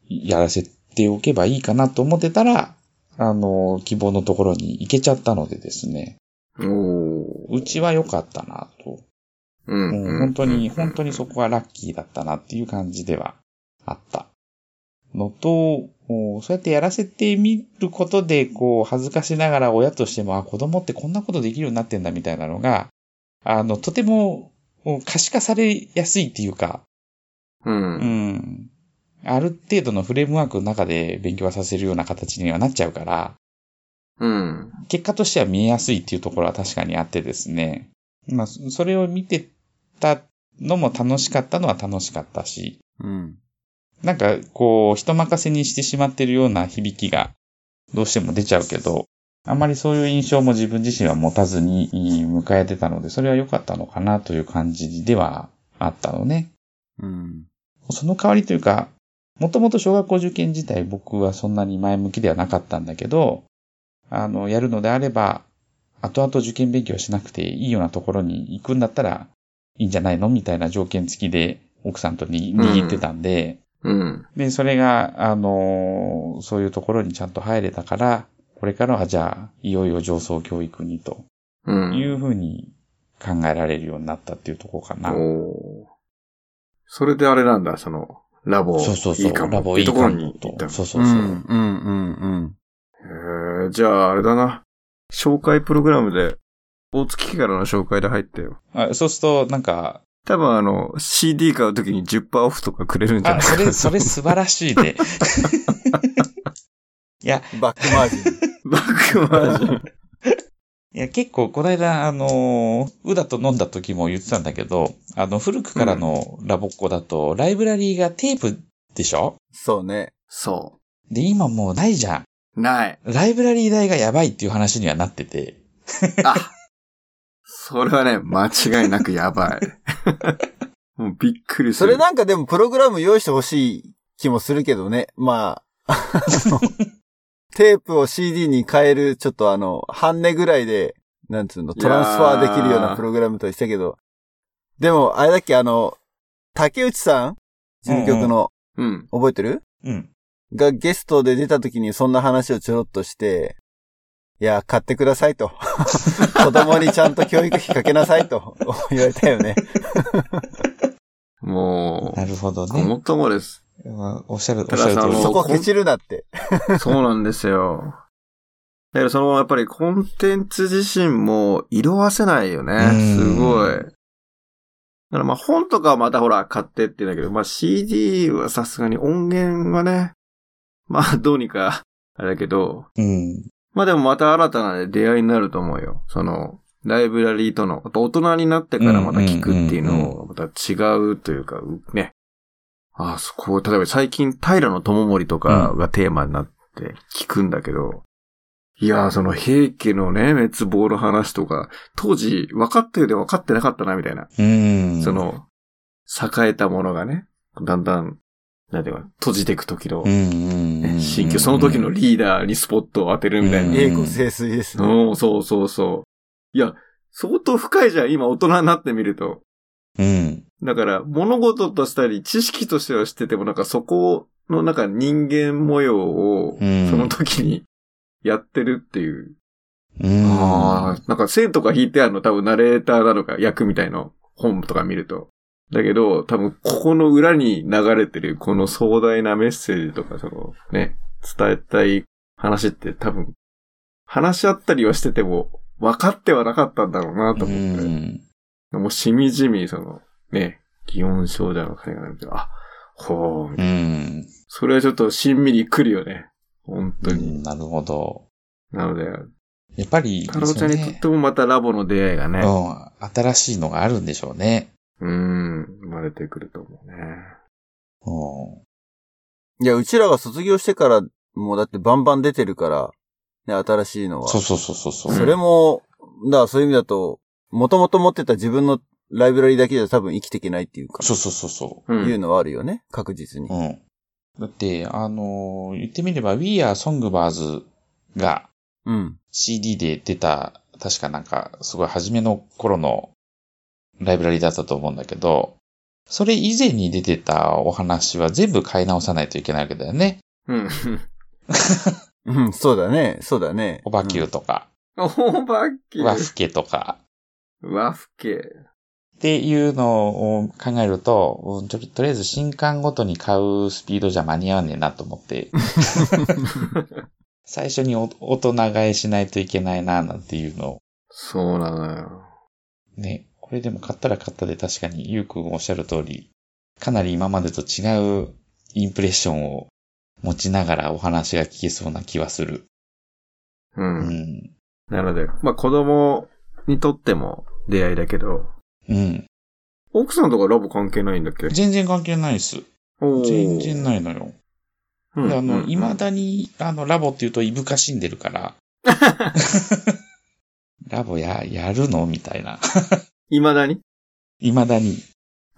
[SPEAKER 3] やらせておけばいいかなと思ってたら、あの、希望のところに行けちゃったのでですね。
[SPEAKER 2] おー
[SPEAKER 3] うちは良かったなと。う
[SPEAKER 2] う
[SPEAKER 3] ん
[SPEAKER 2] うんん。
[SPEAKER 3] 本当に、本当にそこはラッキーだったなっていう感じではあった。のと、おそうやってやらせてみることで、こう、恥ずかしながら親としても、あ、子供ってこんなことできるようになってんだみたいなのが、あの、とても、お可視化されやすいっていうか、
[SPEAKER 2] う。
[SPEAKER 3] うんん。ある程度のフレームワークの中で勉強はさせるような形にはなっちゃうから、
[SPEAKER 2] うん。
[SPEAKER 3] 結果としては見えやすいっていうところは確かにあってですね。まあ、そそれを見てたのも楽しかったのは楽しかったし、
[SPEAKER 1] うん。
[SPEAKER 3] なんかこう、人任せにしてしまってるような響きがどうしても出ちゃうけど、あまりそういう印象も自分自身は持たずにうん迎えてたので、それは良かったのかなという感じではあったのね。
[SPEAKER 1] うん。
[SPEAKER 3] その代わりというか、もともと小学校受験自体僕はそんなに前向きではなかったんだけど、あの、やるのであれば、後々受験勉強しなくていいようなところに行くんだったらいいんじゃないのみたいな条件付きで奥さんとに握ってたんで、
[SPEAKER 2] うん。
[SPEAKER 3] で、それが、あのそういうところにちゃんと入れたから、これからはじゃあ、いよいよ上層教育にと
[SPEAKER 2] うん。
[SPEAKER 3] いうふうに考えられるようになったっていうところかな。
[SPEAKER 2] おーそれであれなんだ、その、ラボ、
[SPEAKER 3] そうそうそう。
[SPEAKER 2] いいかも。
[SPEAKER 3] ラボいい
[SPEAKER 2] と
[SPEAKER 3] かも
[SPEAKER 2] ころに行った
[SPEAKER 3] と。
[SPEAKER 2] の
[SPEAKER 3] そうそううそう。
[SPEAKER 1] ん。うん。うん。
[SPEAKER 2] へーじゃあ、あれだな。紹介プログラムで、大月家からの紹介で入ったよ。
[SPEAKER 3] あそうすると、なん か、
[SPEAKER 2] 多分あの、CD 買うときに10%オフとかくれるんじゃな
[SPEAKER 3] あ、
[SPEAKER 2] い
[SPEAKER 3] そ
[SPEAKER 2] か
[SPEAKER 3] れ、
[SPEAKER 2] な。
[SPEAKER 3] それ素晴らしいね。 いや、
[SPEAKER 1] うん。バックマージ ン。
[SPEAKER 2] バックマージン。
[SPEAKER 3] いや、結構、この間、あのー、うだと飲んだ時も言ってたんだけど、あの、古くからのラボっ子だと、ライブラリーがテープでしょ
[SPEAKER 1] そうね。
[SPEAKER 2] そ
[SPEAKER 3] で、今もうないじゃん。
[SPEAKER 2] う。ない。
[SPEAKER 3] ライブラリー代がやばいっていう話にはなってて。
[SPEAKER 2] あ、それはね、間違いなくやばい。 もうびっくりす
[SPEAKER 1] そ
[SPEAKER 2] る。
[SPEAKER 1] れなんかでもプログラム用意してほしい気もするけどね。まあ、あのテープを CD に変える、ちょっとあの、半値ぐらいで、なんつうの、トランスファーできるよう
[SPEAKER 2] いやー
[SPEAKER 1] なプログラムとしたけど。でも、あれだっけ、あの、竹内さん事務局の、
[SPEAKER 2] うん。
[SPEAKER 1] 覚えてる
[SPEAKER 3] うん。
[SPEAKER 1] がゲストで出た時にそんな話をちょろっとして、いや、買ってくださいと。子供にちゃんと教育費かけなさいと言われたよね。
[SPEAKER 2] も
[SPEAKER 3] なるほど
[SPEAKER 2] う、
[SPEAKER 3] ね。
[SPEAKER 2] ごもっともです。
[SPEAKER 3] まあおっしゃる、お
[SPEAKER 2] た
[SPEAKER 3] っ
[SPEAKER 2] だ
[SPEAKER 3] しゃる
[SPEAKER 2] さ
[SPEAKER 3] 通り
[SPEAKER 2] も
[SPEAKER 3] で
[SPEAKER 2] う
[SPEAKER 3] す
[SPEAKER 1] そこケチるなって。
[SPEAKER 2] そうなんですよ。だけどその、やっぱりコンテンツ自身も色褪せないよね。
[SPEAKER 3] うん
[SPEAKER 2] すごい。だからまあ本とかはまたほら買ってって言うんだけど、まあ CD はさすがに音源はね、まあどうにか、あれだけど、
[SPEAKER 3] うん。
[SPEAKER 2] まあでもまた新たなね出会いになると思うよ。その、ライブラリーとの、やっぱ大人になってからまた聞くっていうのを、また違うというか、うね。ああ、そこ、例えば最近、平野智盛とかがテーマになって聞くんだけど、いやー、その平家のね、滅亡の話とか、当時分かったようで分かってなかったな、みたいな。
[SPEAKER 3] うん。
[SPEAKER 2] そ、の、栄えたものがね、だんだん、なんていうか、閉じていく時の
[SPEAKER 3] う、んうん。
[SPEAKER 2] ね新居、その時のリーダーにスポットを当てるみたいな
[SPEAKER 3] うん。
[SPEAKER 1] 栄光清水ですね。
[SPEAKER 2] うん、そうそうそう。いや、相当深いじゃん、今大人になってみると。
[SPEAKER 3] うん。
[SPEAKER 2] だから、物事としたり、知識としては知ってても、なんかそこのなんか人間模様を、
[SPEAKER 3] うん
[SPEAKER 2] その時にやってるっていう。
[SPEAKER 3] うん。
[SPEAKER 2] ああ、なんか線とか引いてあるの多分ナレーターなのか、役みたいの本とか見ると。だけど、多分ここの裏に流れてる、この壮大なメッセージとか、そのね、伝えたい話って多分、話し合ったりはしてても、分かってはなかったんだろうなと
[SPEAKER 3] う
[SPEAKER 2] 思って。
[SPEAKER 3] ん。
[SPEAKER 2] もうしみじみ、その、ね、祇園少女の彼が見て、あ、ほう、
[SPEAKER 3] うん。
[SPEAKER 2] それはちょっとしんみり来るよね。本当に。
[SPEAKER 3] なるほど。
[SPEAKER 2] なので、
[SPEAKER 3] やっぱり、
[SPEAKER 2] 太郎ちゃんに
[SPEAKER 3] そう
[SPEAKER 2] と
[SPEAKER 3] ね
[SPEAKER 2] ってもまたラボの出会いがね、
[SPEAKER 3] うん。新しいのがあるんでしょうね。
[SPEAKER 2] うん、生まれてくると思うね。
[SPEAKER 3] うん。
[SPEAKER 1] いや、うちらが卒業してから、もうだってバンバン出てるから、ね、新しいのは。
[SPEAKER 3] そうそうそうそうそう。
[SPEAKER 1] それも、だからそういう意味だと、もともと持ってた自分のライブラリだけじゃ多分生きていけないっていうか、
[SPEAKER 3] そうそうそうそう。
[SPEAKER 2] う。
[SPEAKER 1] いうんのはあるよね、確実に。
[SPEAKER 3] うん。だって、あのー言ってみれば、We Are Songbirds が
[SPEAKER 1] うん。
[SPEAKER 3] CD で出た、確かなんか、すごい初めの頃のライブラリだったと思うんだけど、それ以前に出てたお話は全部買い直さないといけないわけだよね。
[SPEAKER 2] うん。
[SPEAKER 1] うん、そうだね、そうだね。
[SPEAKER 3] オバキューとか、
[SPEAKER 2] おばけ。
[SPEAKER 3] ワフケとか、
[SPEAKER 2] わふけ。
[SPEAKER 3] っていうのを考えると、うんとりとりあえず新刊ごとに買うスピードじゃ間に合わねえなと思 って、最初にお大人買いしないといけないな、なんていうのを
[SPEAKER 2] そうなのよ。
[SPEAKER 3] ね、これでも買ったら買ったで確かにゆうくんおっしゃる通り、かなり今までと違うインプレッションを持ちながらお話が聞けそうな気はする。
[SPEAKER 2] う。
[SPEAKER 3] うんん。
[SPEAKER 2] なので、まあ子供にとっても出会いだけど、
[SPEAKER 3] うん。
[SPEAKER 2] 奥さんとかラボ関係ないんだっけ
[SPEAKER 3] 全然関係ないです。
[SPEAKER 2] おー
[SPEAKER 3] 全然ないのよ。
[SPEAKER 2] うん
[SPEAKER 3] であの、
[SPEAKER 2] うん
[SPEAKER 3] 未だに、あの、ラボって言うといぶかしんでるから。 ラボや、やるのみたいな。
[SPEAKER 2] 未だに
[SPEAKER 3] 未だに、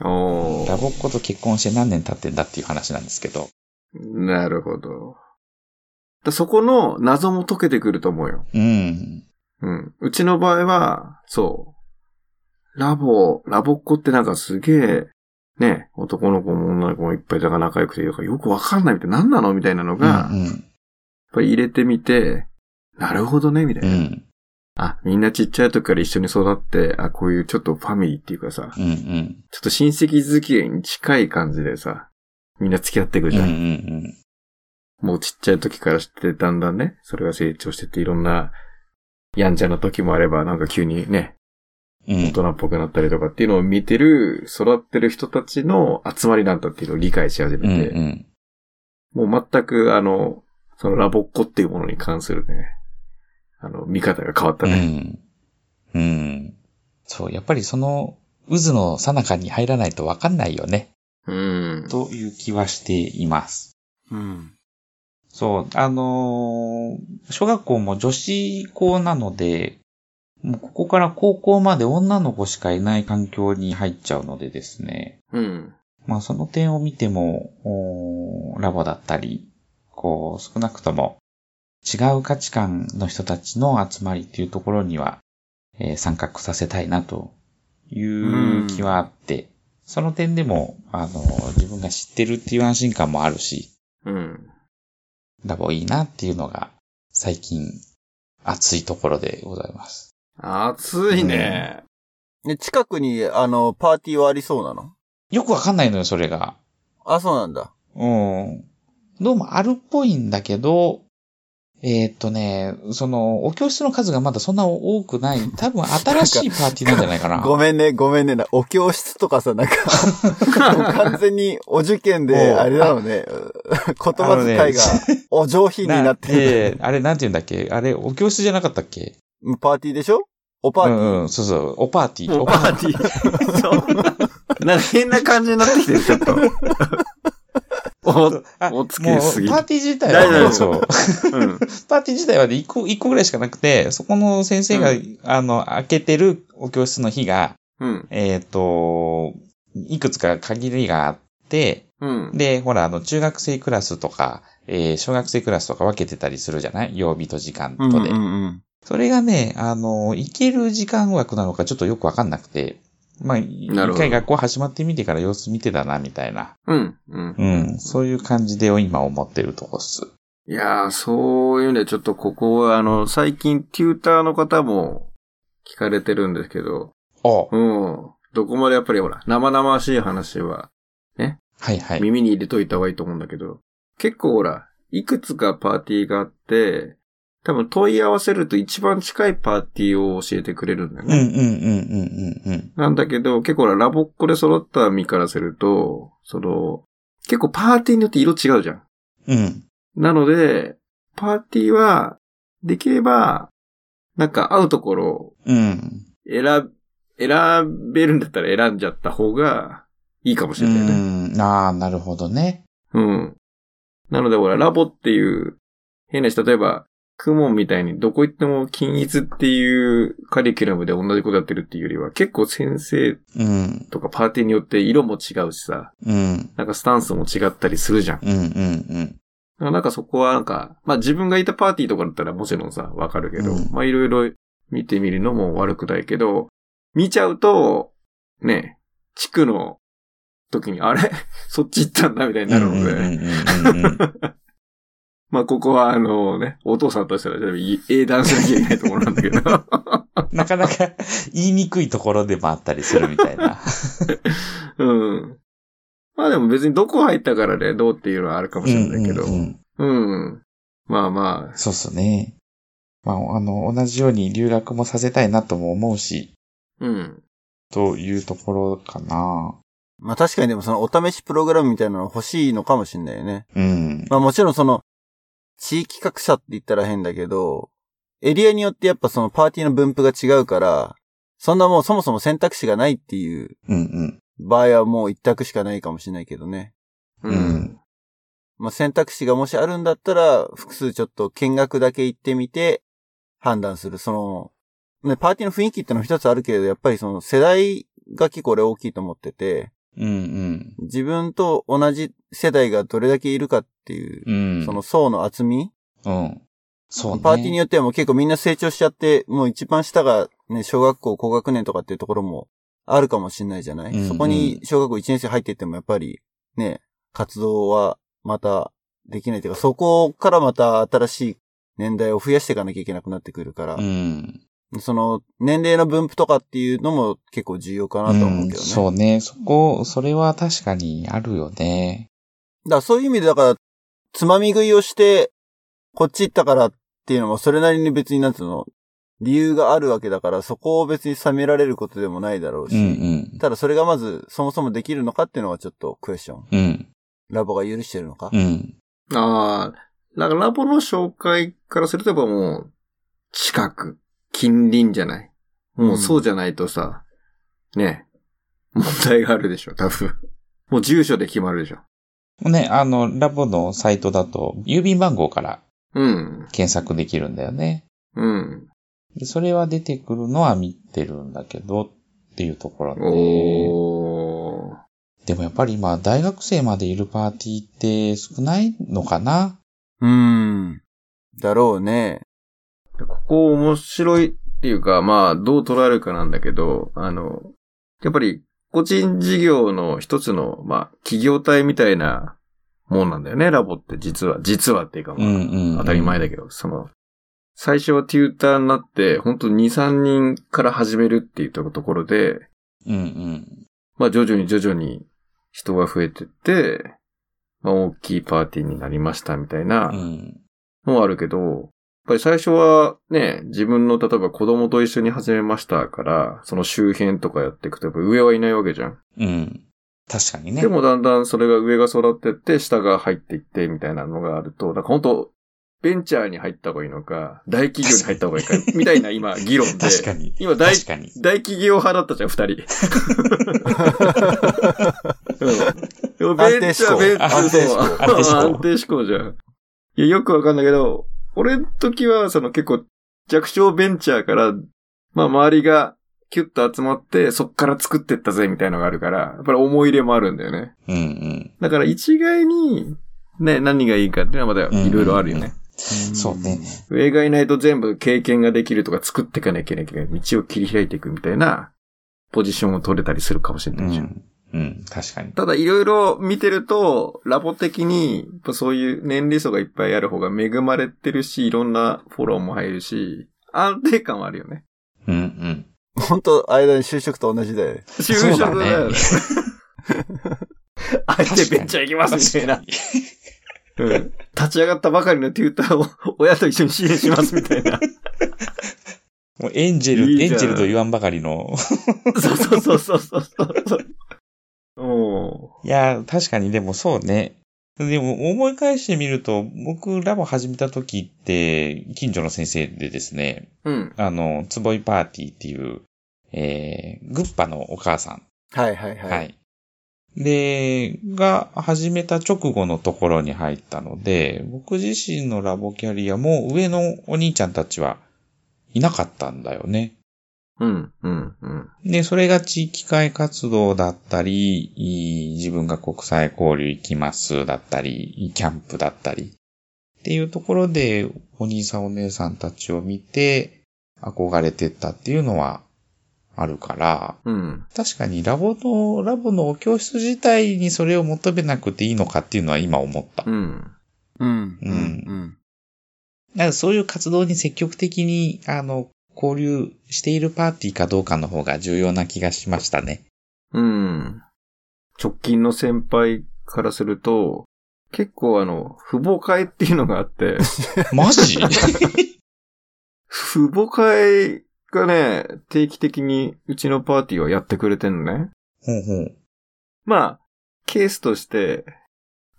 [SPEAKER 2] お
[SPEAKER 3] ラ
[SPEAKER 2] ー
[SPEAKER 3] ボっ子と結婚して何年経ってんだっていう話なんですけど。
[SPEAKER 2] なるほど。だそこの謎も解けてくると思うよ。
[SPEAKER 3] うん。
[SPEAKER 2] うん。うちの場合は、そう。ラボ、ラボっ子ってなんかすげえ、ね、男の子も女の子もいっぱいだから仲良くて、よくわかんないみたいな、何なのみたいなのが、
[SPEAKER 3] う
[SPEAKER 2] やっ
[SPEAKER 3] ん。
[SPEAKER 2] ぱり入れてみて、なるほどね、みたいうな。
[SPEAKER 3] ん。
[SPEAKER 2] あ、みんなちっちゃい時から一緒に育って、あ、こういうちょっとファミリーっていうかさ、
[SPEAKER 3] うん。うん。
[SPEAKER 2] ちょっと親戚付き合いに近い感じでさ、みんな付き合っていく
[SPEAKER 3] うん。う
[SPEAKER 2] じゃん。
[SPEAKER 3] ん。
[SPEAKER 2] もうちっちゃい時から知って、だんだんね、それが成長してって、いろんな、やんちゃな時もあれば、なんか急にね、
[SPEAKER 3] うん。うん
[SPEAKER 2] 大人っぽくなったりとかっていうのを見てる、育ってる人たちの集まりなんだっていうのを理解し始
[SPEAKER 3] うん。
[SPEAKER 2] めて、
[SPEAKER 3] うん。
[SPEAKER 2] もう全くあの、そのラボっ子っていうものに関するね、あの、見方が変わったね。
[SPEAKER 3] うん。うん。そう、やっぱりその渦の最中に入らないとわかんないよね。
[SPEAKER 2] うん。
[SPEAKER 3] という気はしています。
[SPEAKER 1] うん。
[SPEAKER 3] そう、あのー小学校も女子校なので、もうここから高校まで女の子しかいない環境に入っちゃうのでですね。
[SPEAKER 2] うん。
[SPEAKER 3] まあその点を見ても、おーラボだったり、こう少なくとも違う価値観の人たちの集まりっていうところには、えー参画させたいなという気はあって、その点でも、あの、自分が知ってるっていう安心感もあるし、
[SPEAKER 2] うん。
[SPEAKER 3] ラボいいなっていうのが、最近、熱いところでございます。
[SPEAKER 2] 暑いね。
[SPEAKER 1] で、近くに、あの、パーティーはありそうなの
[SPEAKER 3] よくわかんないのよ、それが。
[SPEAKER 1] あ、そうなんだ。
[SPEAKER 3] うん。どうもあるっぽいんだけど、えーっとね、その、お教室の数がまだそんな多くない、多分新しいパーティーなんじゃないかな。
[SPEAKER 1] ごめんね、ごめんねな。お教室とかさ、なん か、完全にお受験で、
[SPEAKER 3] お
[SPEAKER 1] あれだろうね。言葉遣いがお上品になって
[SPEAKER 3] な
[SPEAKER 1] る。
[SPEAKER 3] えーあれ、なんて言うんだっけあれ、お教室じゃなかったっけ
[SPEAKER 1] パーティーでしょおパーティー。
[SPEAKER 3] うんうん、そうそう、おパーティー。
[SPEAKER 2] もうパーティー。 そう。なんか変な感じになってきてる、ちょ っと。お、うん。
[SPEAKER 3] あ
[SPEAKER 2] おつけすぎ
[SPEAKER 3] もうパーティー自体
[SPEAKER 2] 大丈
[SPEAKER 3] は、
[SPEAKER 2] 夫
[SPEAKER 3] そう。パーティー自体はね、一個、一個ぐらいしかなくて、そこの先生が、
[SPEAKER 2] う
[SPEAKER 3] あの、開けてるお教室の日が、
[SPEAKER 2] うん。
[SPEAKER 3] えっ、と、いくつか限りがあって、
[SPEAKER 2] うん。
[SPEAKER 3] で、ほら、あの、中学生クラスとか、えー小学生クラスとか分けてたりするじゃない曜日と時間
[SPEAKER 1] うん
[SPEAKER 3] とで。
[SPEAKER 1] うんうん
[SPEAKER 3] それがね、あの、行ける時間枠なのかちょっとよくわかんなくて、まあ、一
[SPEAKER 2] なるほど
[SPEAKER 3] 回学校始まってみてから様子見てたな、みたいな。
[SPEAKER 2] うん。うん。
[SPEAKER 3] うん、そういう感じで今思ってるとこっす。
[SPEAKER 2] いやー、そういうね、ちょっとここは、あの、最近、テューターの方も聞かれてるんですけど、
[SPEAKER 3] お
[SPEAKER 2] うん。どこまでやっぱりほら、生々しい話は
[SPEAKER 3] はいはい。
[SPEAKER 2] 耳に入れといた方がいいと思うんだけど、結構ほら、いくつかパーティーがあって、多分問い合わせると一番近いパーティーを教えてくれるんだよ
[SPEAKER 3] うんうん
[SPEAKER 2] ね。
[SPEAKER 3] うんうんうんうん。
[SPEAKER 2] なんだけど、結構ほら、ラボっ子で揃った身からすると、その、結構パーティーによって色違うじゃん。
[SPEAKER 3] うん。
[SPEAKER 2] なので、パーティーは、できれば、なんか合うところを
[SPEAKER 3] うん。
[SPEAKER 2] 選、選べるんだったら選んじゃった方がいいかもし
[SPEAKER 3] う
[SPEAKER 2] れないね。
[SPEAKER 3] ん。ああ、なるほどね。
[SPEAKER 2] うん。なので、ほら、ラボっていう、変なし、例えば、クモンみたいにどこ行っても均一っていうカリキュラムで同じことやってるっていうよりは、結構先生
[SPEAKER 3] うん。
[SPEAKER 2] とかパーティーによって色も違うしさ、
[SPEAKER 3] うん。
[SPEAKER 2] なんかスタンスも違ったりするじゃん。
[SPEAKER 3] うんうん
[SPEAKER 2] だからなんかそこはなんか、まあ自分がいたパーティーとかだったらもちろんさ、わかるけど、
[SPEAKER 3] うん
[SPEAKER 2] まあいろいろ見てみるのも悪くないけど、見ちゃうと、ね、地区の時に、あれ そっち行ったんだみたい
[SPEAKER 3] うん。
[SPEAKER 2] になるので、
[SPEAKER 3] うんうんうんうん うん。
[SPEAKER 2] まあここはあのね、お父さんとしたら英断しなきゃいけないところなん だけど、
[SPEAKER 3] なかなか言いにくいところでもあったりするみた いな。
[SPEAKER 2] うん。まあでも別にどこ入ったからね、どうっていうのはあるかもしれないけど、
[SPEAKER 3] うんうんうん
[SPEAKER 2] うん。まあまあ、
[SPEAKER 3] そうっすね。まあ、あの、同じように留学もさせたいなとも思うし、
[SPEAKER 2] うん。
[SPEAKER 3] というところかな。
[SPEAKER 1] まあ確かにでもそのお試しプログラムみたいなの欲しいのかもしれないよね。
[SPEAKER 3] うん。
[SPEAKER 1] まあもちろんその、地域格差って言ったら変だけど、エリアによってやっぱそのパーティーの分布が違うから、そんなもうそもそも選択肢がないっていう
[SPEAKER 3] うん
[SPEAKER 1] 場合はもう一択しかないかもしれないけどね。
[SPEAKER 3] うん。うん。
[SPEAKER 1] まあ選択肢がもしあるんだったら、複数ちょっと見学だけ行ってみて、判断する。その、ね、パーティーの雰囲気ってのも一つあるけれど、やっぱりその世代が結構俺大きいと思ってて、
[SPEAKER 3] うん
[SPEAKER 1] 自分と同じ世代がどれだけいるかっていう
[SPEAKER 3] う、ん。うん。
[SPEAKER 1] その層の厚み
[SPEAKER 3] うん。そうね。
[SPEAKER 1] パーティーによってはもう結構みんな成長しちゃって、もう一番下がね、小学校高学年とかっていうところもあるかもしれないじゃない、
[SPEAKER 3] うんうん
[SPEAKER 1] そこに小学校1年生入ってってもやっぱりね、活動はまたできないというか、そこからまた新しい年代を増やしていかなきゃいけなくなってくるから、
[SPEAKER 3] うん。
[SPEAKER 1] その年齢の分布とかっていうのも結構重要かなとは思うけどね。
[SPEAKER 3] んそうね。そこ、それは確かにあるよね。
[SPEAKER 1] だからそういう意味でだから、つまみ食いをして、こっち行ったからっていうのも、それなりに別になんつうの、理由があるわけだから、そこを別に冷められることでもないだろう
[SPEAKER 3] う
[SPEAKER 1] し、
[SPEAKER 3] ん
[SPEAKER 1] ただそれがまず、そもそもできるのかっていうのはちょっとクエスチョン。
[SPEAKER 3] うん。うん。
[SPEAKER 1] ラボが許してるのか、
[SPEAKER 3] うん。
[SPEAKER 2] ああ、なんかラボの紹介からするとやっぱもう、近く、近隣じゃない。もうそうじゃないとさ、ね、問題があるでしょ、多分。もう住所で決まるでしょ。
[SPEAKER 3] もうね、あの、ラボのサイトだと、郵便番号から
[SPEAKER 2] うん、
[SPEAKER 3] 検索できるんだよね。
[SPEAKER 2] うん。
[SPEAKER 3] でそれは出てくるのは見てるんだけど、っていうところね。
[SPEAKER 2] おー。
[SPEAKER 3] でもやっぱり今、大学生までいるパーティーって少ないのかな
[SPEAKER 1] うーん。だろうね。
[SPEAKER 2] でここ面白いっていうか、まあ、どう捉えるかなんだけど、あの、やっぱり、個人事業の一つの、まあ、企業体みたいなもんなんだよね、ラボって実は。実はっていうか、まあ
[SPEAKER 3] うんうんうん
[SPEAKER 2] 当たり前だけど、その、最初はテューターになって、本当に2、3人から始めるっていうところで、
[SPEAKER 3] うんうん。
[SPEAKER 2] まあ徐々に徐々に人が増えてって、まあ大きいパーティーになりましたみたいな
[SPEAKER 3] うん。
[SPEAKER 2] のはあるけど、やっぱり最初はね、自分の例えば子供と一緒に始めましたから、その周辺とかやっていくと、やっぱ上はいないわけじゃん。
[SPEAKER 3] うん。確かにね。
[SPEAKER 2] でもだんだんそれが上が育ってって、下が入っていってみたいなのがあると、だから本当ベンチャーに入った方がいいのか、大企業に入った方がいいか、みたいな今、議論 で。
[SPEAKER 3] 確かに。
[SPEAKER 2] 今大
[SPEAKER 3] 確かに。
[SPEAKER 2] 大企業派だったじゃん、二人。
[SPEAKER 1] 安定志向安定
[SPEAKER 2] うんベンチャー、ベンチャー、
[SPEAKER 1] 志
[SPEAKER 2] そう
[SPEAKER 1] 向
[SPEAKER 3] 安定志向
[SPEAKER 2] 安定志向じゃん。いや、よくわかんないけど、俺の時は、その結構弱小ベンチャーから、まあ周りがキュッと集まって、そっから作ってったぜ、みたいのがあるから、やっぱり思い入れもあるんだよね。
[SPEAKER 3] うんうん。
[SPEAKER 2] だから一概に、ね、何がいいかっていうのはまだいろいろあるよね。
[SPEAKER 3] そうね。
[SPEAKER 2] 上がいないと全部経験ができるとか作っていかなきゃいけない、道を切り開いていくみたいなポジションを取れたりするかもしれ
[SPEAKER 3] う
[SPEAKER 2] ないじゃん。
[SPEAKER 3] ん。うん。確かに。
[SPEAKER 2] ただいろいろ見てると、ラボ的に、やっぱそういう年齢層がいっぱいある方が恵まれてるし、いろんなフォローも入るし、安定感はあるよね。
[SPEAKER 3] うんうん。
[SPEAKER 1] 本当間に就職と同じだよね。
[SPEAKER 2] 就職だよね。 あえてベンチャー行きますみたいな。うん立ち上がったばかりのテューターを親と一緒に支援しますみたいな。
[SPEAKER 3] もうエンジェル、
[SPEAKER 2] いいじゃん
[SPEAKER 3] エンジェルと言わんばかりの。
[SPEAKER 2] そうそうそうそうそうそう。 おー
[SPEAKER 3] いやー、確かにでもそうね。でも思い返してみると、僕ラボ始めた時って、近所の先生でですね、
[SPEAKER 2] うん。
[SPEAKER 3] あの、つぼいパーティーっていう、えー、グッパのお母さん
[SPEAKER 1] はいはいはい。
[SPEAKER 3] はい。で、が、始めた直後のところに入ったので、僕自身のラボキャリアも上のお兄ちゃんたちはいなかったんだよね。
[SPEAKER 2] うん、うん、うん。
[SPEAKER 3] で、それが地域会活動だったり、いい自分が国際交流行きますだったり、キャンプだったり、っていうところで、お兄さんお姉さんたちを見て、憧れてったっていうのはあるから、
[SPEAKER 2] うん。
[SPEAKER 3] 確かにラボの、ラボのお教室自体にそれを求めなくていいのかっていうのは今思った。
[SPEAKER 2] うん。
[SPEAKER 1] うん。
[SPEAKER 3] うん
[SPEAKER 1] うん。
[SPEAKER 3] なんかそういう活動に積極的に、あの、交流しているパーティーかどうかの方が重要な気がしましたね。
[SPEAKER 2] うん。直近の先輩からすると、結構あの、父母会っていうのがあって、
[SPEAKER 3] マジ
[SPEAKER 2] 父母会がね、定期的にうちのパーティーをやってくれてんのね。
[SPEAKER 3] ほうほう。
[SPEAKER 2] まあ、ケースとして、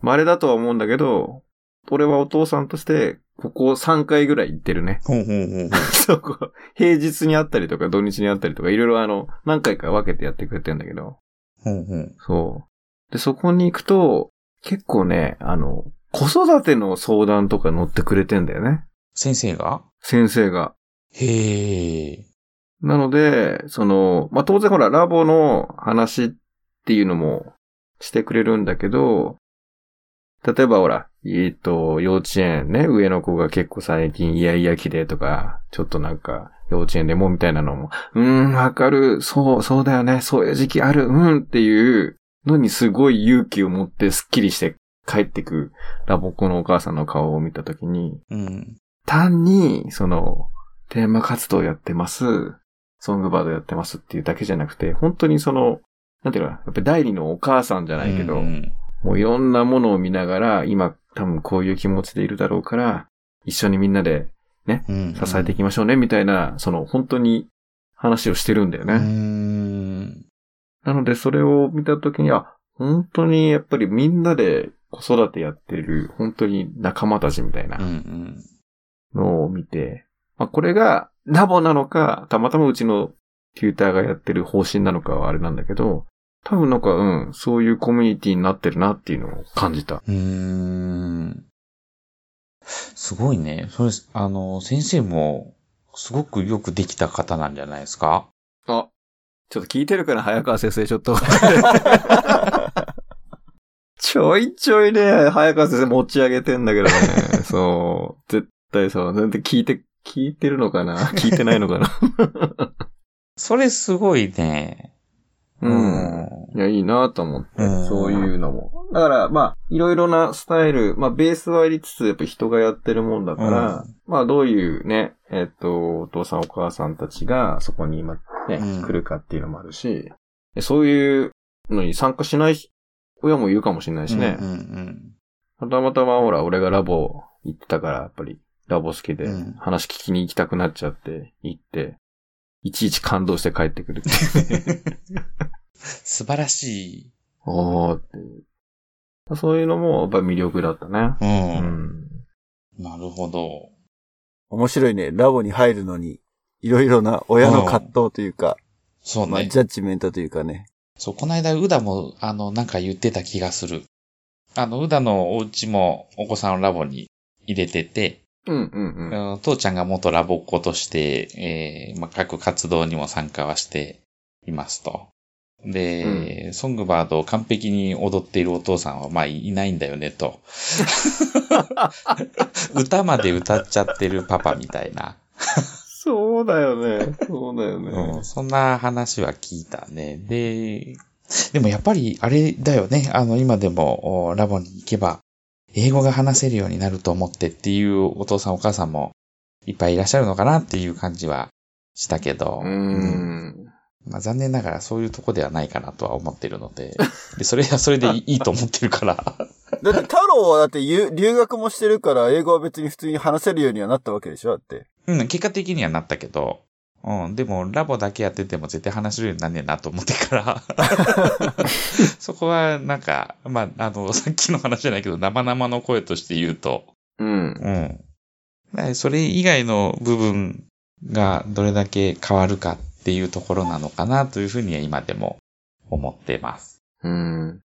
[SPEAKER 2] 稀だとは思うんだけど、俺はお父さんとして、ここ3回ぐらい行ってるね。
[SPEAKER 3] ほうほうほうほう。
[SPEAKER 2] そうこう、平日にあったりとか土日にあったりとか、いろいろあの、何回か分けてやってくれてんだけど。
[SPEAKER 3] ほうほう。
[SPEAKER 2] そう。で、そこに行くと、結構ね、あの、子育ての相談とか乗ってくれてんだよね。
[SPEAKER 3] 先生が
[SPEAKER 2] 先生が。
[SPEAKER 3] へえ。
[SPEAKER 2] なので、その、まあ、当然ほら、ラボの話っていうのもしてくれるんだけど、例えばほら、えっ、と、幼稚園ね、上の子が結構最近イヤイヤ期でとか、ちょっとなんか、幼稚園でもみたいなのも、うーん、わかる、そう、そうだよね、そういう時期ある、うんっていうのにすごい勇気を持ってスッキリして帰ってくラボっ子のお母さんの顔を見たときに、
[SPEAKER 3] うん。
[SPEAKER 2] 単に、その、テーマ活動やってます、ソングバードやってますっていうだけじゃなくて、本当にその、なんていうのかな、やっぱり第二のお母さんじゃないけど、
[SPEAKER 3] うん
[SPEAKER 2] もういろんなものを見ながら、今多分こういう気持ちでいるだろうから、一緒にみんなで
[SPEAKER 3] うん。
[SPEAKER 2] 支えていきましょうね、みたいな、その本当に話をしてるんだよね。
[SPEAKER 3] うーん。
[SPEAKER 2] なので、それを見たときに、あ、本当にやっぱりみんなで子育てやってる、本当に仲間たちみたいな。
[SPEAKER 3] うんうん。
[SPEAKER 2] のを見て、まあ、これがラボなのか、たまたまうちのテューターがやってる方針なのかはあれなんだけど、多分なんか、うん、そういうコミュニティになってるなっていうのを感じた。
[SPEAKER 3] うーん。すごいね。それ、あの、先生も、すごくよくできた方なんじゃないですか
[SPEAKER 2] あ、ちょっと聞いてるから早川先生ち ょっと。ちょいちょいね、早川先生持ち上げてんだけどね。 そう。絶対そう。全然聞いて、聞い てるのかな聞いてないのかな
[SPEAKER 3] それすごいね。
[SPEAKER 2] うん。いや、いいなと思って、
[SPEAKER 3] うん
[SPEAKER 2] そういうのも。だから、まあ、いろいろなスタイル、まあ、ベースはありつつ、やっぱ人がやってるもんだから、まあ、どういうね、えっ、と、お父さんお母さんたちがそこに今ね、
[SPEAKER 3] うん
[SPEAKER 2] 来るかっていうのもあるし、でそういうのに参加しない親もいるかもしれないしね。
[SPEAKER 3] うんうん
[SPEAKER 2] たまたまほら、俺がラボ行ってたから、やっぱり、ラボ好きで
[SPEAKER 3] うん、
[SPEAKER 2] 話聞きに行きたくなっちゃって、行って、いちいち感動して帰ってくるっていう。
[SPEAKER 3] 素晴らしい。
[SPEAKER 2] おーっていう。そういうのも、やっぱり魅力だったね。
[SPEAKER 3] うん
[SPEAKER 2] う。ん。
[SPEAKER 3] なるほど。
[SPEAKER 1] 面白いね。ラボに入るのに、いろいろな親の葛藤というか、
[SPEAKER 3] そうね。
[SPEAKER 1] まあ、ジャッジメントというかね。
[SPEAKER 3] そう、この間、うだも、あの、なんか言ってた気がする。あの、うだのお家もお子さんをラボに入れてて、
[SPEAKER 2] うんうんうん。
[SPEAKER 3] うん父ちゃんが元ラボっ子として、えーまあ、各活動にも参加はしていますと。で、ソングバードを完璧に踊っているお父さんは、まあ、いないんだよねと。歌まで歌っちゃってるパパみたいな。
[SPEAKER 2] そうだよね。そうだよ
[SPEAKER 3] う
[SPEAKER 2] ね
[SPEAKER 3] ん、。そんな話は聞いたね。で、でもやっぱりあれだよね。あの、今でもおラボに行けば、英語が話せるようになると思ってっていうお父さんお母さんもいっぱいいらっしゃるのかなっていう感じはしたけど、
[SPEAKER 2] う
[SPEAKER 3] うん
[SPEAKER 2] ん。
[SPEAKER 3] まあ、残念ながらそういうとこではないかなとは思ってるので、でそれはそれでいいいいと思ってるから。
[SPEAKER 1] だって太郎はだってゆ留学もしてるから、英語は別に普通に話せるようにはなったわけでしょだって。
[SPEAKER 3] うん、結果的にはなったけど、うん、でもラボだけやってても絶対話せるようになんねえなと思ってから、 そこはなんか、まあ、あの、さっきの話じゃないけど、生々の声として言うと、
[SPEAKER 2] うん。
[SPEAKER 3] うん。ねそれ以外の部分がどれだけ変わるかっていうところなのかなというふうには今でも思ってます。
[SPEAKER 2] うん。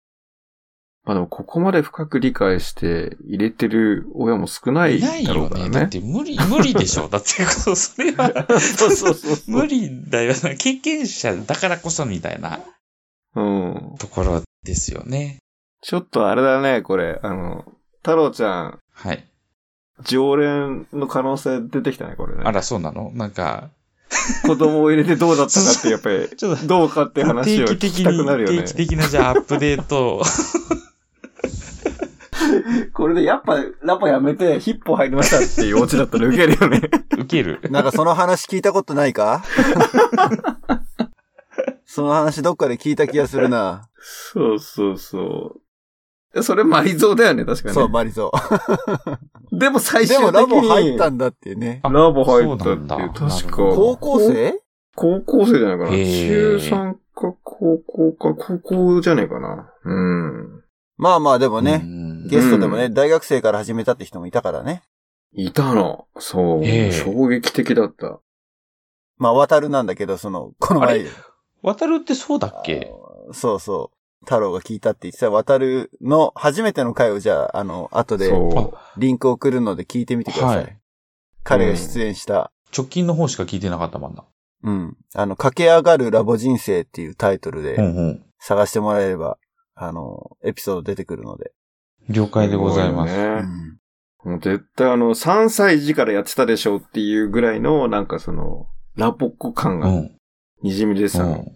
[SPEAKER 2] まあでも、ここまで深く理解して入れてる親も少ないい
[SPEAKER 3] ない
[SPEAKER 2] だろ
[SPEAKER 3] よ
[SPEAKER 2] うから
[SPEAKER 3] ね。だっ
[SPEAKER 2] ね。
[SPEAKER 3] て無理、無理でしょ。だって、それは、
[SPEAKER 2] そうそうそうそ
[SPEAKER 3] 無
[SPEAKER 2] う。
[SPEAKER 3] 理だよな。経験者だからこそみたいな。
[SPEAKER 2] うん。
[SPEAKER 3] ところですよね。
[SPEAKER 2] ちょっとあれだね、これ。あの、太郎ちゃん、
[SPEAKER 3] はい。
[SPEAKER 2] 常連の可能性出てきたね、これね。
[SPEAKER 3] あら、そうなのなんか、
[SPEAKER 2] 子供を入れてどうだったかって、やっぱ り、
[SPEAKER 3] ちょっと、
[SPEAKER 2] どうかって話を聞
[SPEAKER 3] 定期
[SPEAKER 2] き
[SPEAKER 3] 的
[SPEAKER 2] たくなる
[SPEAKER 3] に、
[SPEAKER 2] よね。
[SPEAKER 3] 定期的な、じゃあ、アップデート。
[SPEAKER 2] これでやっぱ、ラパやめて、ヒッポ入りましたっていうオチだったら受けるよね。
[SPEAKER 3] 受ける。
[SPEAKER 1] なんかその話聞いたことないかその話どっかで聞いた気がするな。
[SPEAKER 2] そうそうそう。それ埋蔵だよね、確かに。
[SPEAKER 1] そう、マリゾ
[SPEAKER 2] でも最
[SPEAKER 1] ー。
[SPEAKER 2] 終
[SPEAKER 1] で
[SPEAKER 2] 的
[SPEAKER 1] もラボ
[SPEAKER 2] に。
[SPEAKER 1] 入ったんだっていうね。
[SPEAKER 3] あ
[SPEAKER 2] ラボ入った
[SPEAKER 3] そう
[SPEAKER 2] っ
[SPEAKER 3] なんだ
[SPEAKER 2] ていう、確か。
[SPEAKER 3] なるほど
[SPEAKER 1] 高校生
[SPEAKER 2] 高校生じゃないかな。
[SPEAKER 3] へー
[SPEAKER 2] 中3か高校か、高校じゃないかな。うん。
[SPEAKER 1] まあまあでもね、
[SPEAKER 3] うん
[SPEAKER 1] ゲストでもね、大学生から始めたって人もいたからね。
[SPEAKER 2] いたの。そう。
[SPEAKER 3] へー
[SPEAKER 2] 衝撃的だった。
[SPEAKER 1] まあ、渡るなんだけど、その、この
[SPEAKER 3] あ
[SPEAKER 1] 前
[SPEAKER 3] れ、渡るってそうだっけ
[SPEAKER 1] そうそう、太郎が聞いたって言ってた渡るの初めての回をじゃあ、あの、後で
[SPEAKER 2] そう。
[SPEAKER 1] リンク送るので聞いてみてください。
[SPEAKER 3] はい
[SPEAKER 1] 彼が出演した、
[SPEAKER 3] 直近の方しか聞いてなかったもんな。
[SPEAKER 1] うん、あの、駆け上がるラボ人生っていうタイトル
[SPEAKER 3] う
[SPEAKER 1] で
[SPEAKER 3] んうん。
[SPEAKER 1] 探してもらえれば、あの、エピソード出てくるので。
[SPEAKER 3] 了解でございます。
[SPEAKER 2] ごよ
[SPEAKER 1] う
[SPEAKER 2] ね
[SPEAKER 1] ん
[SPEAKER 2] もう絶対あの、3歳児からやってたでしょうっていうぐらいの、なんかその、ラポッコ感
[SPEAKER 3] う
[SPEAKER 2] が
[SPEAKER 3] ん。
[SPEAKER 2] にじみ出て
[SPEAKER 3] う
[SPEAKER 2] たの。
[SPEAKER 3] ん。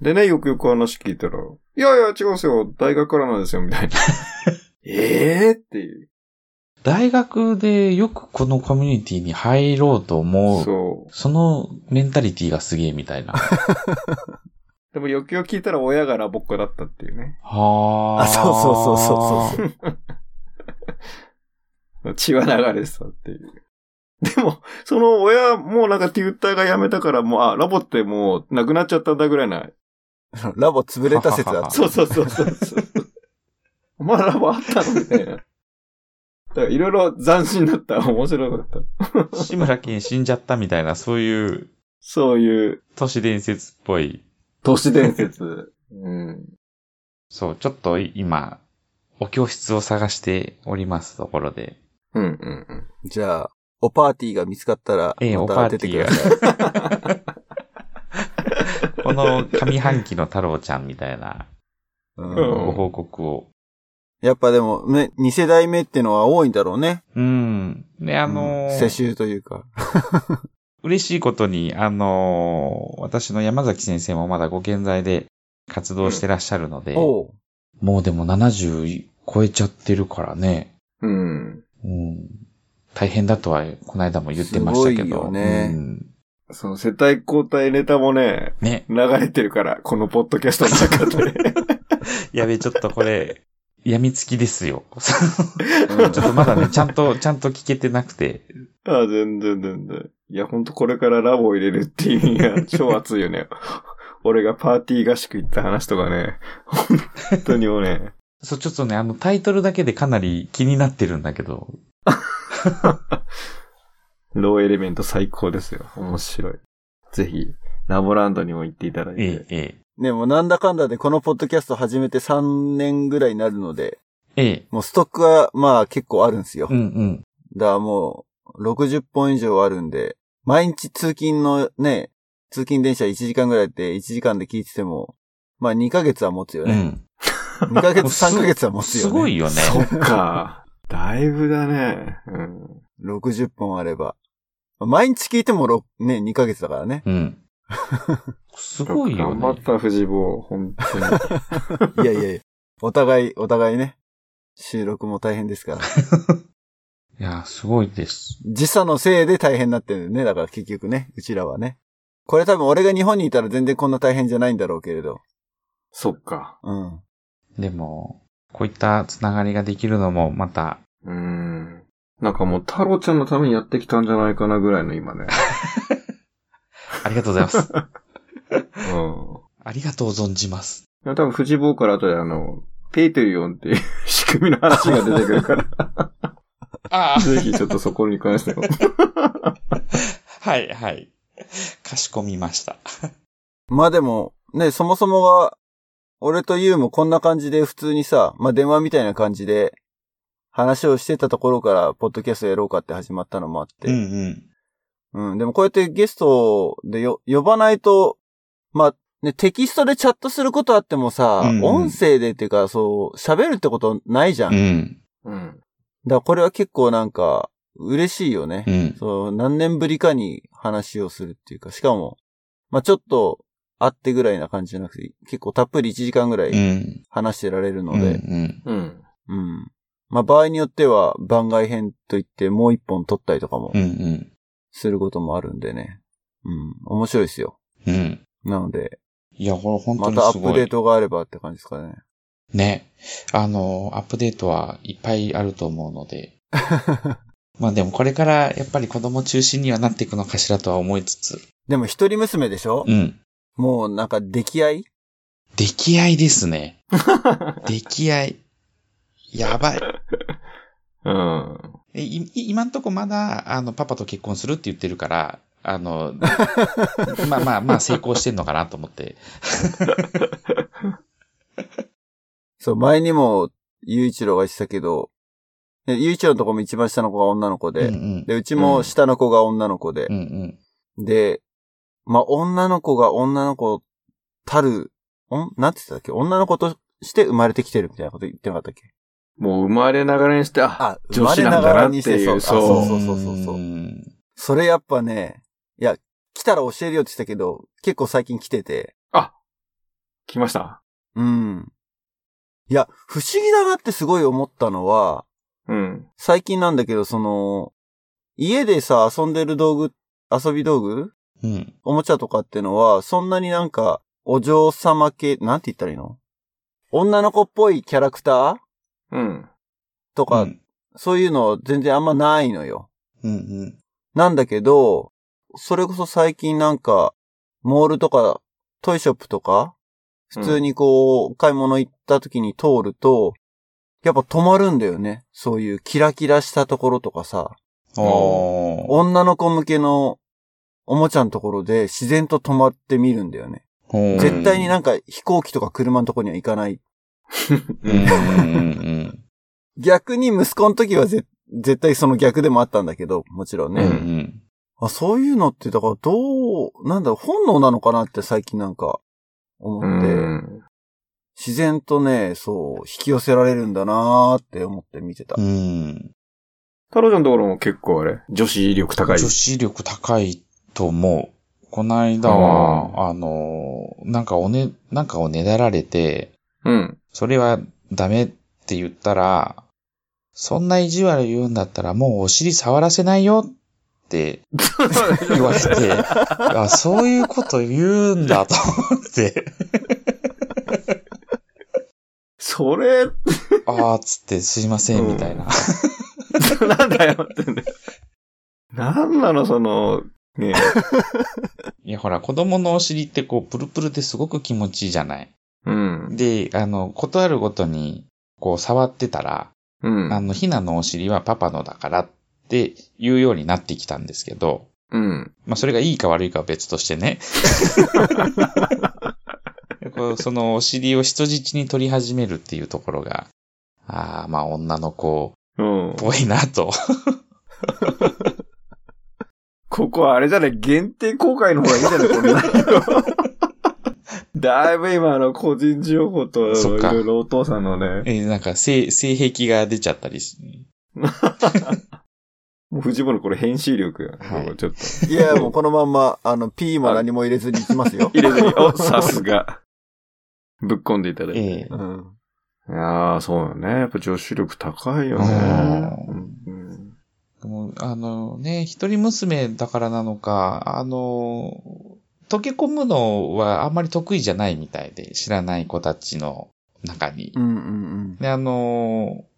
[SPEAKER 2] でね、よくよく話聞いたら、いやいや、違うんですよ。大学からなんですよ、み たいな。ええっていう。
[SPEAKER 3] 大学でよくこのコミュニティに入ろうと思う。
[SPEAKER 2] そう。
[SPEAKER 3] そのメンタリティがすげえみたいな。は
[SPEAKER 2] でも、よくよく聞いたら親がラボっ子だったっていうね。
[SPEAKER 3] あ。
[SPEAKER 1] あそうそうそうそう
[SPEAKER 3] そう。
[SPEAKER 2] 血は流れてたっていう。でも、その親もなんかテューターが辞めたから、もう、あ、ラボってもうなくなっちゃったんだぐらいな。
[SPEAKER 1] ラボ潰れた説あっ
[SPEAKER 2] そうそうそうそうそう。お前ラボあったのみたいな。だから、いろいろ斬新だった。面白かっ た。
[SPEAKER 3] 志村けん死んじゃったみたいな、そういう
[SPEAKER 2] そういう、
[SPEAKER 3] 都市伝説っぽい
[SPEAKER 2] 都市伝説。うん。
[SPEAKER 3] そう、ちょっと今、お教室を探しておりますところで。
[SPEAKER 2] うんうんうん。
[SPEAKER 1] た。じゃあ、おパーティーが見つかったら、
[SPEAKER 3] ええ
[SPEAKER 1] ま
[SPEAKER 3] おパ
[SPEAKER 1] た
[SPEAKER 3] ー
[SPEAKER 1] 出
[SPEAKER 3] テ
[SPEAKER 1] て
[SPEAKER 3] ィ
[SPEAKER 1] く
[SPEAKER 3] ーが
[SPEAKER 1] ださい。
[SPEAKER 3] この上半期の太郎ちゃんみたいな
[SPEAKER 1] うん
[SPEAKER 2] ん
[SPEAKER 3] ご報告を。
[SPEAKER 1] やっぱでも、ね、2世代目ってのは多いんだろうね。
[SPEAKER 3] うん。ね、あのー
[SPEAKER 1] 世襲というか。
[SPEAKER 3] 嬉しいことに、あのー私の山崎先生もまだご健在で、活動してらっしゃるので、
[SPEAKER 1] おう
[SPEAKER 3] もうでも70超えちゃってるからね、
[SPEAKER 2] うん。
[SPEAKER 3] うん、大変だとは、この間も言ってましたけど。
[SPEAKER 1] すごいよね
[SPEAKER 3] うん
[SPEAKER 2] その世帯交代ネタもね、
[SPEAKER 3] ね。
[SPEAKER 2] 流れてるから、このポッドキャストの中で。
[SPEAKER 3] やべえ、ちょっとこ れ、やみつきですよ。
[SPEAKER 1] うん
[SPEAKER 3] ちょっとまだね、ちゃんと、ちゃんと聞けてなくて。
[SPEAKER 2] ああ、全然全然。いや、ほんとこれからラボを入れるっていう意味が超熱いよね。俺がパーティー合宿行った話とかね、本当にもうね、
[SPEAKER 3] そう、ちょっとね、あの、タイトルだけでかなり気になってるんだけど。
[SPEAKER 2] ローエレメント最高ですよ。面白い。ぜひ、ラボランドにも行っていただいて。
[SPEAKER 3] ええ、ええ。
[SPEAKER 1] ね、もうなんだかんだでこのポッドキャスト始めて3年ぐらいになるので、
[SPEAKER 3] ええ。
[SPEAKER 1] もうストックはまあ結構あるんですよ。
[SPEAKER 3] うんうん。
[SPEAKER 1] だからもう60本以上あるんで、毎日通勤のね、通勤電車1時間ぐらいで1時間で聞いてても、まあ2ヶ月は持つよ
[SPEAKER 3] う
[SPEAKER 1] ね。
[SPEAKER 3] ん。
[SPEAKER 1] 2ヶ月、3ヶ月は持つよね。
[SPEAKER 3] すごいよね。
[SPEAKER 2] そっか。だいぶだね。うん。
[SPEAKER 1] 60本あれば。毎日聞いてもろね、2ヶ月だからね。
[SPEAKER 3] うん。すごいよ
[SPEAKER 2] 頑張
[SPEAKER 3] ね
[SPEAKER 2] っ。た、藤坊。本当に。
[SPEAKER 1] いやいやいや。お互い、お互いね。収録も大変ですから。
[SPEAKER 3] いや、すごいです。
[SPEAKER 1] 時差のせいで大変になってるよね。だから結局ね、うちらはね。これ多分俺が日本にいたら全然こんな大変じゃないんだろうけれど。
[SPEAKER 2] そっか。
[SPEAKER 1] うん。
[SPEAKER 3] でも、こういったつながりができるのも、また、
[SPEAKER 2] うん。なんかもう、太郎ちゃんのためにやってきたんじゃないかなぐらいの今 ね。
[SPEAKER 3] ありがとうございます。
[SPEAKER 2] うん。
[SPEAKER 3] ありがとう存じます。
[SPEAKER 2] 多分、富士坊から後であの、ペイトリオンっていう仕組みの話が出てくる から、
[SPEAKER 3] ああ、
[SPEAKER 2] ぜひちょっとそこに関しても。
[SPEAKER 3] はい、はい。かしこみました。
[SPEAKER 1] まあでも、ね、そもそもは、俺とユウもこんな感じで普通にさ、まあ電話みたいな感じで、話をしてたところから、ポッドキャストやろうかって始まったのもあって。
[SPEAKER 3] うんうん。
[SPEAKER 1] うん、でもこうやってゲストでよ、呼ばないと、まあ、ね、テキストでチャットすることあってもさ、
[SPEAKER 3] うんうん
[SPEAKER 1] 音声でっていうか、そう、喋るってことないじゃん。
[SPEAKER 3] う
[SPEAKER 1] だか
[SPEAKER 3] ん。
[SPEAKER 2] うん。
[SPEAKER 1] らこれは結構なんか、嬉しいよね
[SPEAKER 3] う。ん。
[SPEAKER 1] そう、何年ぶりかに話をするっていうか、しかも、まあちょっと、会ってぐらいな感じじゃなくて、結構たっぷり1時間ぐら
[SPEAKER 3] う
[SPEAKER 1] い
[SPEAKER 3] ん。
[SPEAKER 1] 話してられるの
[SPEAKER 3] うんう
[SPEAKER 1] で、
[SPEAKER 3] ん。
[SPEAKER 2] うん。
[SPEAKER 1] うん。まあ場合によっては番外編といってもう一本撮ったりとかも
[SPEAKER 3] うんうん。
[SPEAKER 1] することもあるんでね。うん、面白いですよ。
[SPEAKER 3] うん。
[SPEAKER 1] なので、
[SPEAKER 3] いや、これ本当
[SPEAKER 1] ま
[SPEAKER 3] に
[SPEAKER 1] たア
[SPEAKER 3] す
[SPEAKER 1] ッ
[SPEAKER 3] ご
[SPEAKER 1] プ
[SPEAKER 3] い。
[SPEAKER 1] デートがあればって感じですかね。
[SPEAKER 3] ね。あの、アップデートはいっぱいあると思うので。まあでもこれからやっぱり子供中心にはなっていくのかしらとは思いつつ。
[SPEAKER 1] でも一人娘でしょ、
[SPEAKER 3] うん。
[SPEAKER 1] もうなんか出来合い
[SPEAKER 3] 出来合いですね。 出来合い。やばい。
[SPEAKER 2] うん。
[SPEAKER 3] えいい今んとこまだ、あの、パパと結婚するって言ってるから、あの、 まあまあまあ成功してんのかなと思って。
[SPEAKER 1] そう、前にも、ゆういちろうが言ってたけど、ねゆういちろうのとこも一番下の子が女の子
[SPEAKER 3] うん
[SPEAKER 1] で、
[SPEAKER 3] うん。
[SPEAKER 1] で、うちも下の子が女の子で
[SPEAKER 3] う、んうん。
[SPEAKER 1] で、まあ、女の子が女の子たる、んなんて言ってたっけ女の子として生まれてきてるみたいなこと言ってなかったっけ
[SPEAKER 2] もう生まれながらにして、あ、
[SPEAKER 1] あ、生
[SPEAKER 2] 女
[SPEAKER 1] ま
[SPEAKER 2] 子
[SPEAKER 1] れ
[SPEAKER 2] な
[SPEAKER 1] なん
[SPEAKER 2] だ
[SPEAKER 1] が
[SPEAKER 2] な
[SPEAKER 1] ら
[SPEAKER 2] って
[SPEAKER 1] に
[SPEAKER 2] い
[SPEAKER 1] して
[SPEAKER 2] う、
[SPEAKER 1] そうあ
[SPEAKER 2] そう。
[SPEAKER 1] そうそうそうそう
[SPEAKER 3] うん
[SPEAKER 1] それやっぱね、いや、来たら教えるよって言ってたけど、結構最近来てて、
[SPEAKER 2] 来ました
[SPEAKER 1] うん。いや、不思議だなってすごい思ったのは、
[SPEAKER 2] うん。
[SPEAKER 1] 最近なんだけど、その、家でさ、遊んでる道具、遊び道具
[SPEAKER 3] うん。
[SPEAKER 1] おもちゃとかってのは、そんなになんか、お嬢様系、なんて言ったらいいの女の子っぽいキャラクター
[SPEAKER 2] うん。
[SPEAKER 1] とか、
[SPEAKER 3] うん
[SPEAKER 1] そういうの全然あんまないのよ。
[SPEAKER 3] うんうん。
[SPEAKER 1] なんだけど、それこそ最近なんか、モールとか、トイショップとか、普通にこう、買い物行った時に通ると、やっぱ止まるんだよね。そういうキラキラしたところとかさ、
[SPEAKER 3] おー。
[SPEAKER 1] 女の子向けのおもちゃのところで自然と止まってみるんだよね。
[SPEAKER 2] ん
[SPEAKER 1] 絶対になんか飛行機とか車のとこには行かない。
[SPEAKER 3] うんうんうん
[SPEAKER 1] 逆に息子の時はぜ絶対その逆でもあったんだけど、もちろん
[SPEAKER 3] うん。う
[SPEAKER 1] ね。
[SPEAKER 3] んうん。
[SPEAKER 1] あ、そういうのって、だからどう、なんだろう、本能なのかなって最近なんか思
[SPEAKER 2] う
[SPEAKER 1] って、
[SPEAKER 2] ん。
[SPEAKER 1] 自然とね、そう、引き寄せられるんだなーって思って見てた。
[SPEAKER 3] うん。
[SPEAKER 2] 太郎ちゃんのところも結構あれ、女子力高い。
[SPEAKER 3] 女子力高いと思う。この間は、あの、なんかおね、なんかをねだられて、
[SPEAKER 2] うん。
[SPEAKER 3] それはダメって言ったら、そんな意地悪言うんだったらもうお尻触らせないよって 言われて、あ、そういうこと言うんだと思って、
[SPEAKER 2] それ、
[SPEAKER 3] あーつってすいませんみたいな。
[SPEAKER 2] なんだよってね。なんなの、その、ね
[SPEAKER 3] いやほら、子供のお尻ってこうプルプルですごく気持ちいいじゃない。
[SPEAKER 2] うん。
[SPEAKER 3] で、あの、ことあるごとに、こう触ってたら、
[SPEAKER 2] うん。
[SPEAKER 3] あの、ひなのお尻はパパのだからって言うようになってきたんですけど、
[SPEAKER 2] うん。
[SPEAKER 3] まあ、それがいいか悪いかは別としてね。 こうそのお尻を人質に取り始めるっていうところが、ああ、まあ女の子
[SPEAKER 2] うん
[SPEAKER 3] っ。ぽいなと。
[SPEAKER 2] ここはあれじゃね、限定公開の方がいいん じゃないこんなの。だいぶ今、あの、個人情報と、
[SPEAKER 3] そっ
[SPEAKER 2] い
[SPEAKER 3] か
[SPEAKER 2] ろいろお父さんのね、
[SPEAKER 3] えーなんか性、性癖が出ちゃったりし、
[SPEAKER 2] もう藤本これ編集力が、
[SPEAKER 3] はい
[SPEAKER 2] ちょっと
[SPEAKER 1] いや、もうこのまんま、あの、P も何も入れずにいきますよ。
[SPEAKER 2] 入れずに、 お、さすが。ぶっ込んでいただいて。
[SPEAKER 3] ええ
[SPEAKER 1] うん。
[SPEAKER 2] いやー、そうよね。やっぱ女子力高いよね。うん
[SPEAKER 3] もうあのね、一人娘だからなのか、あの、溶け込むのはあんまり得意じゃないみたいで、知らない子たちの中に
[SPEAKER 1] う。んうん
[SPEAKER 3] で、あのー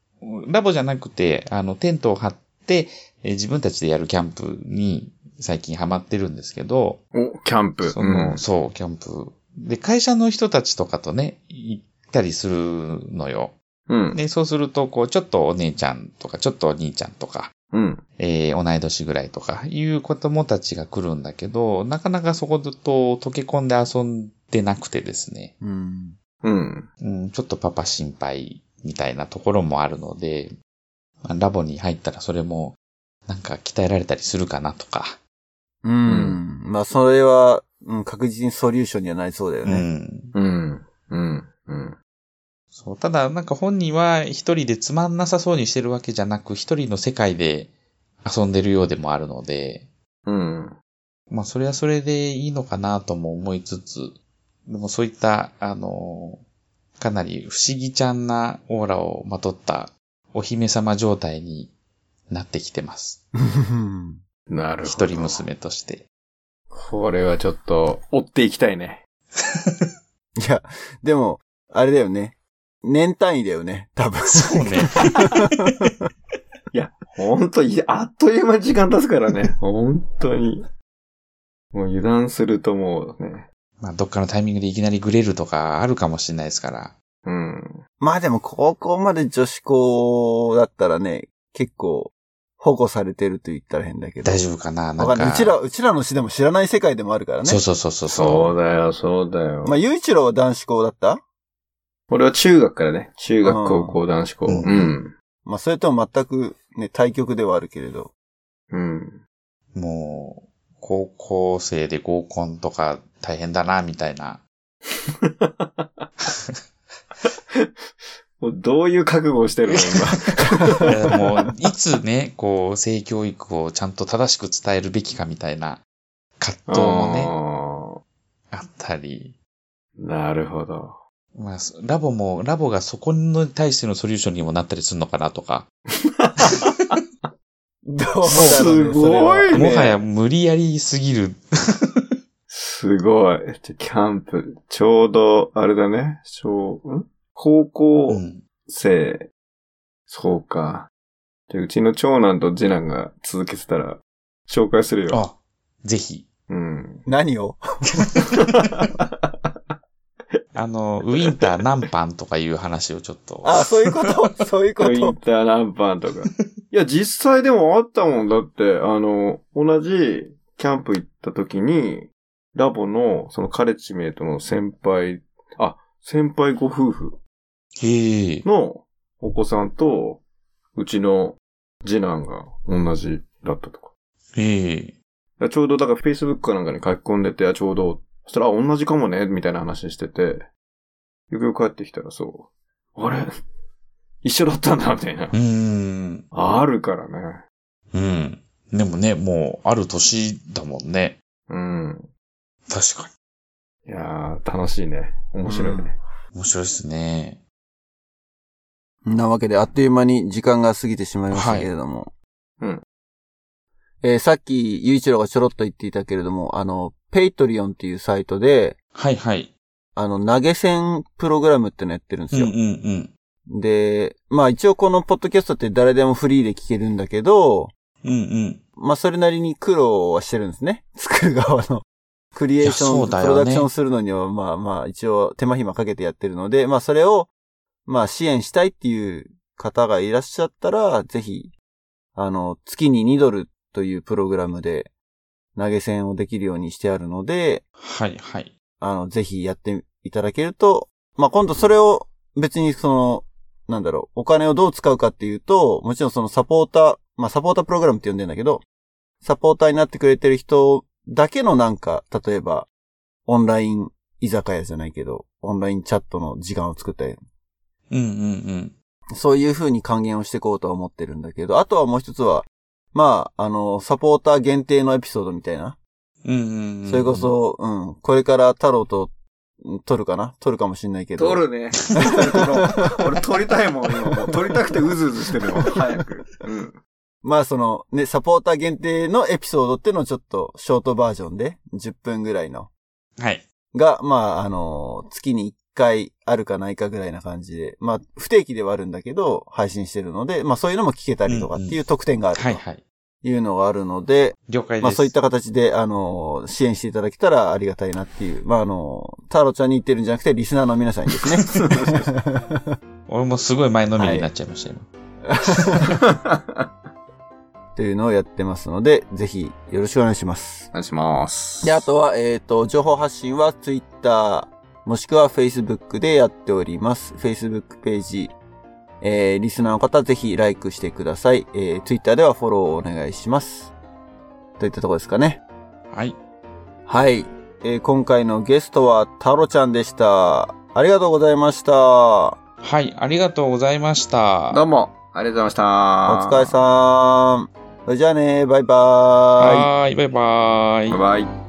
[SPEAKER 3] ラボじゃなくて、あの、テントを張って、えー自分たちでやるキャンプに最近ハマってるんですけど、
[SPEAKER 2] お、キャンプ。
[SPEAKER 3] その、
[SPEAKER 2] うん
[SPEAKER 3] そう、キャンプ。で、会社の人たちとかとね、行ったりするのよ。
[SPEAKER 2] うん。
[SPEAKER 3] で、そうすると、こう、ちょっとお姉ちゃんとか、ちょっとお兄ちゃんとか、
[SPEAKER 2] うん。
[SPEAKER 3] えー同い年ぐらいとか、いう子供たちが来るんだけど、なかなかそこと溶け込んで遊んでなくてですね。
[SPEAKER 1] うん。うん。
[SPEAKER 2] うん。
[SPEAKER 3] うん、ちょっとパパ心配みたいなところもあるので、まあラボに入ったらそれもなんか鍛えられたりするかなとか、
[SPEAKER 1] うん。まあ、それは、うん、確実にソリューションにはなりそうだよ
[SPEAKER 3] う
[SPEAKER 1] ね。
[SPEAKER 3] ん。
[SPEAKER 2] うん。うん。うん。
[SPEAKER 3] そう、ただなんか本人は一人でつまんなさそうにしてるわけじゃなく、一人の世界で遊んでるようでもあるので、
[SPEAKER 2] うん。
[SPEAKER 3] まあそれはそれでいいのかなとも思いつつ、でもそういった、あの、かなり不思議ちゃんなオーラをまとったお姫様状態になってきてます。
[SPEAKER 2] なるほど。
[SPEAKER 3] 一人。娘として。
[SPEAKER 2] これはちょっと、追っていきたいね。
[SPEAKER 1] いや、でも、あれだよね。年単位だよね、多分。
[SPEAKER 3] そうね。
[SPEAKER 2] ほんと、いやあっという間に時間経つから ね。ほんとに。もう油断するともうね。
[SPEAKER 3] まあ、どっかのタイミングでいきなりグレるとかあるかもしれないですから。
[SPEAKER 2] うん。
[SPEAKER 1] まあでも、高校まで女子校だったらね、結構、保護されてると言ったら変だけど。
[SPEAKER 3] 大丈夫かなな
[SPEAKER 1] わ
[SPEAKER 3] ん
[SPEAKER 1] かん
[SPEAKER 3] か。
[SPEAKER 1] ない。うちら、うちらの市でも知らない世界でもあるからね。
[SPEAKER 3] そうそうそうそう。
[SPEAKER 2] そう
[SPEAKER 3] そ
[SPEAKER 2] だよ、そうだよ。
[SPEAKER 1] まあ、ゆういちろうは男子校だった
[SPEAKER 2] 俺は中学からね。中
[SPEAKER 1] あ
[SPEAKER 2] 学、
[SPEAKER 1] ー
[SPEAKER 2] 高校、男子校。
[SPEAKER 3] うん
[SPEAKER 2] うん。
[SPEAKER 1] まあ、それとも全くね、対局ではあるけれど。
[SPEAKER 2] うん。
[SPEAKER 3] う。もう、高校生で合コンとか大変だな、みたいな。
[SPEAKER 2] もうどういう覚悟をしてるの、
[SPEAKER 3] いやもう、いつね、こう、性教育をちゃんと正しく伝えるべきかみたいな葛
[SPEAKER 2] 今。
[SPEAKER 3] 藤もね、
[SPEAKER 2] も
[SPEAKER 3] あったり。
[SPEAKER 2] ね。なるほど。
[SPEAKER 3] まあ、そラボも、ラボがそこに対してのソリューションにもなったりするのかなとか。
[SPEAKER 1] どうだろうね、
[SPEAKER 2] すごい
[SPEAKER 1] それは
[SPEAKER 2] ね
[SPEAKER 3] もはや無理やりすぎる。
[SPEAKER 2] すごい。じゃキャンプ、ちょうど、あれだね、小、ん高
[SPEAKER 3] う
[SPEAKER 2] 校
[SPEAKER 3] ん。
[SPEAKER 2] 生。そうか。で、うちの長男と次男が続けてたら、紹介するよ。
[SPEAKER 3] あ、ぜひ。
[SPEAKER 2] うん。
[SPEAKER 1] 何を
[SPEAKER 3] あの、ウィンター何パンとかいう話をちょっと。
[SPEAKER 1] あ、そういう ことそういう
[SPEAKER 2] ウ
[SPEAKER 1] こ
[SPEAKER 2] ィン
[SPEAKER 1] と。
[SPEAKER 2] ターラン パンとか。いや、実際でもあったもんだって、あの、同じキャンプ行った時に、ラボの、そのカレッジメイトの先輩、あ、先輩ご夫婦
[SPEAKER 3] へえ。
[SPEAKER 2] のお子さんと、うちの次男が同じだったとか。
[SPEAKER 3] へえ。
[SPEAKER 2] だからちょうどだから Facebook かなんかに書き込んでて、あちょうど、そしたら、あ、同じかもね、みたいな話してて、よくよく帰ってきたらそう、あれ一緒だったんだ、みたいな
[SPEAKER 3] う。ーん。
[SPEAKER 2] あるからね。
[SPEAKER 3] うん。でもね、もう、ある年だもんね。
[SPEAKER 2] うん。
[SPEAKER 3] 確かに。
[SPEAKER 2] いやー、楽しいね。面白いね。
[SPEAKER 3] 面白いですね。
[SPEAKER 1] なわけで、あっという間に時間が過ぎてしまいましたけれども。
[SPEAKER 2] はいうん。
[SPEAKER 1] えーさっき、ゆういちろうがちょろっと言っていたけれども、あの、ペイトリオンっていうサイトで、
[SPEAKER 3] はいはい。
[SPEAKER 1] あの、投げ銭プログラムってのやってるんで
[SPEAKER 3] う
[SPEAKER 1] す
[SPEAKER 3] んう
[SPEAKER 1] よ。
[SPEAKER 3] んうん。
[SPEAKER 1] で、まあ一応このポッドキャストって誰でもフリーで聞けるんだけど、
[SPEAKER 3] うんうん。
[SPEAKER 1] まあそれなりに苦労はしてるんですね。 作る側の。クリエーシ
[SPEAKER 3] いや
[SPEAKER 1] ョ
[SPEAKER 3] そ
[SPEAKER 1] ン、
[SPEAKER 3] う
[SPEAKER 1] プ
[SPEAKER 3] だよね
[SPEAKER 1] ロダクションするのには、まあまあ一応手間暇かけてやってるので、まあそれを、まあ支援したいっていう方がいらっしゃったら、ぜひ、あの、月に2ドルというプログラムで投げ銭をできるようにしてあるので、
[SPEAKER 3] はいはい。
[SPEAKER 1] あの、ぜひやっていただけると、まあ、今度それを別にその、なんだろう、お金をどう使うかっていうと、もちろんそのサポーター、まあ、サポータープログラムって呼んでんだけど、サポーターになってくれてる人だけのなんか、例えば、オンライン居酒屋じゃないけど、オンラインチャットの時間を作ったり、
[SPEAKER 3] うんうん
[SPEAKER 1] そういう風に還元をしていこうとは思ってるんだけど、あとはもう一つは、まあ、あの、サポーター限定のエピソードみたいな、
[SPEAKER 3] うん。うんうんうん。
[SPEAKER 1] それこ。そ、うん、これから太郎と、うん撮るかな撮るかもしんないけど。
[SPEAKER 2] 撮る ね。俺撮りたいもん、今。撮りたくてうずうずしてるよ。早く。うん。
[SPEAKER 1] まあそのね、サポーター限定のエピソードっていうのをちょっとショートバージョンで、10分ぐらいの。
[SPEAKER 3] はい。
[SPEAKER 1] が、まああの、月に1回あるかないかぐらいな感じで、まあ不定期ではあるんだけど、配信してるので、まあそういうのも聞けたりとかっていう特典がある
[SPEAKER 3] はい
[SPEAKER 1] と
[SPEAKER 3] はい。
[SPEAKER 1] いうのがあるので、
[SPEAKER 3] 了解です。
[SPEAKER 1] まあそういった形で、あの、支援していただけたらありがたいなっていう。まああの、太郎ちゃんに言ってるんじゃなくて、リスナーの皆さんにですね。
[SPEAKER 3] 俺もすごい前のめりになっちゃいました、今。
[SPEAKER 1] というのをやってますので、ぜひよろしくお願いします。
[SPEAKER 2] お願いします。
[SPEAKER 1] で、あとは、えっ、と、情報発信は Twitter、もしくは Facebook でやっております。Facebook ページ、えー、リスナーの方ぜひ like してください。えー、Twitter ではフォローをお願いします。といったところですかね。
[SPEAKER 3] はい。
[SPEAKER 1] はい。えー、今回のゲストはタロちゃんでした。ありがとうございました。お
[SPEAKER 3] はい、ありがとうございました。
[SPEAKER 2] どうも、ありがとうございました。お
[SPEAKER 1] 疲れさん。それじゃあね、バイバーイ。
[SPEAKER 3] はーい、バイバーイ
[SPEAKER 2] バイ。バイ。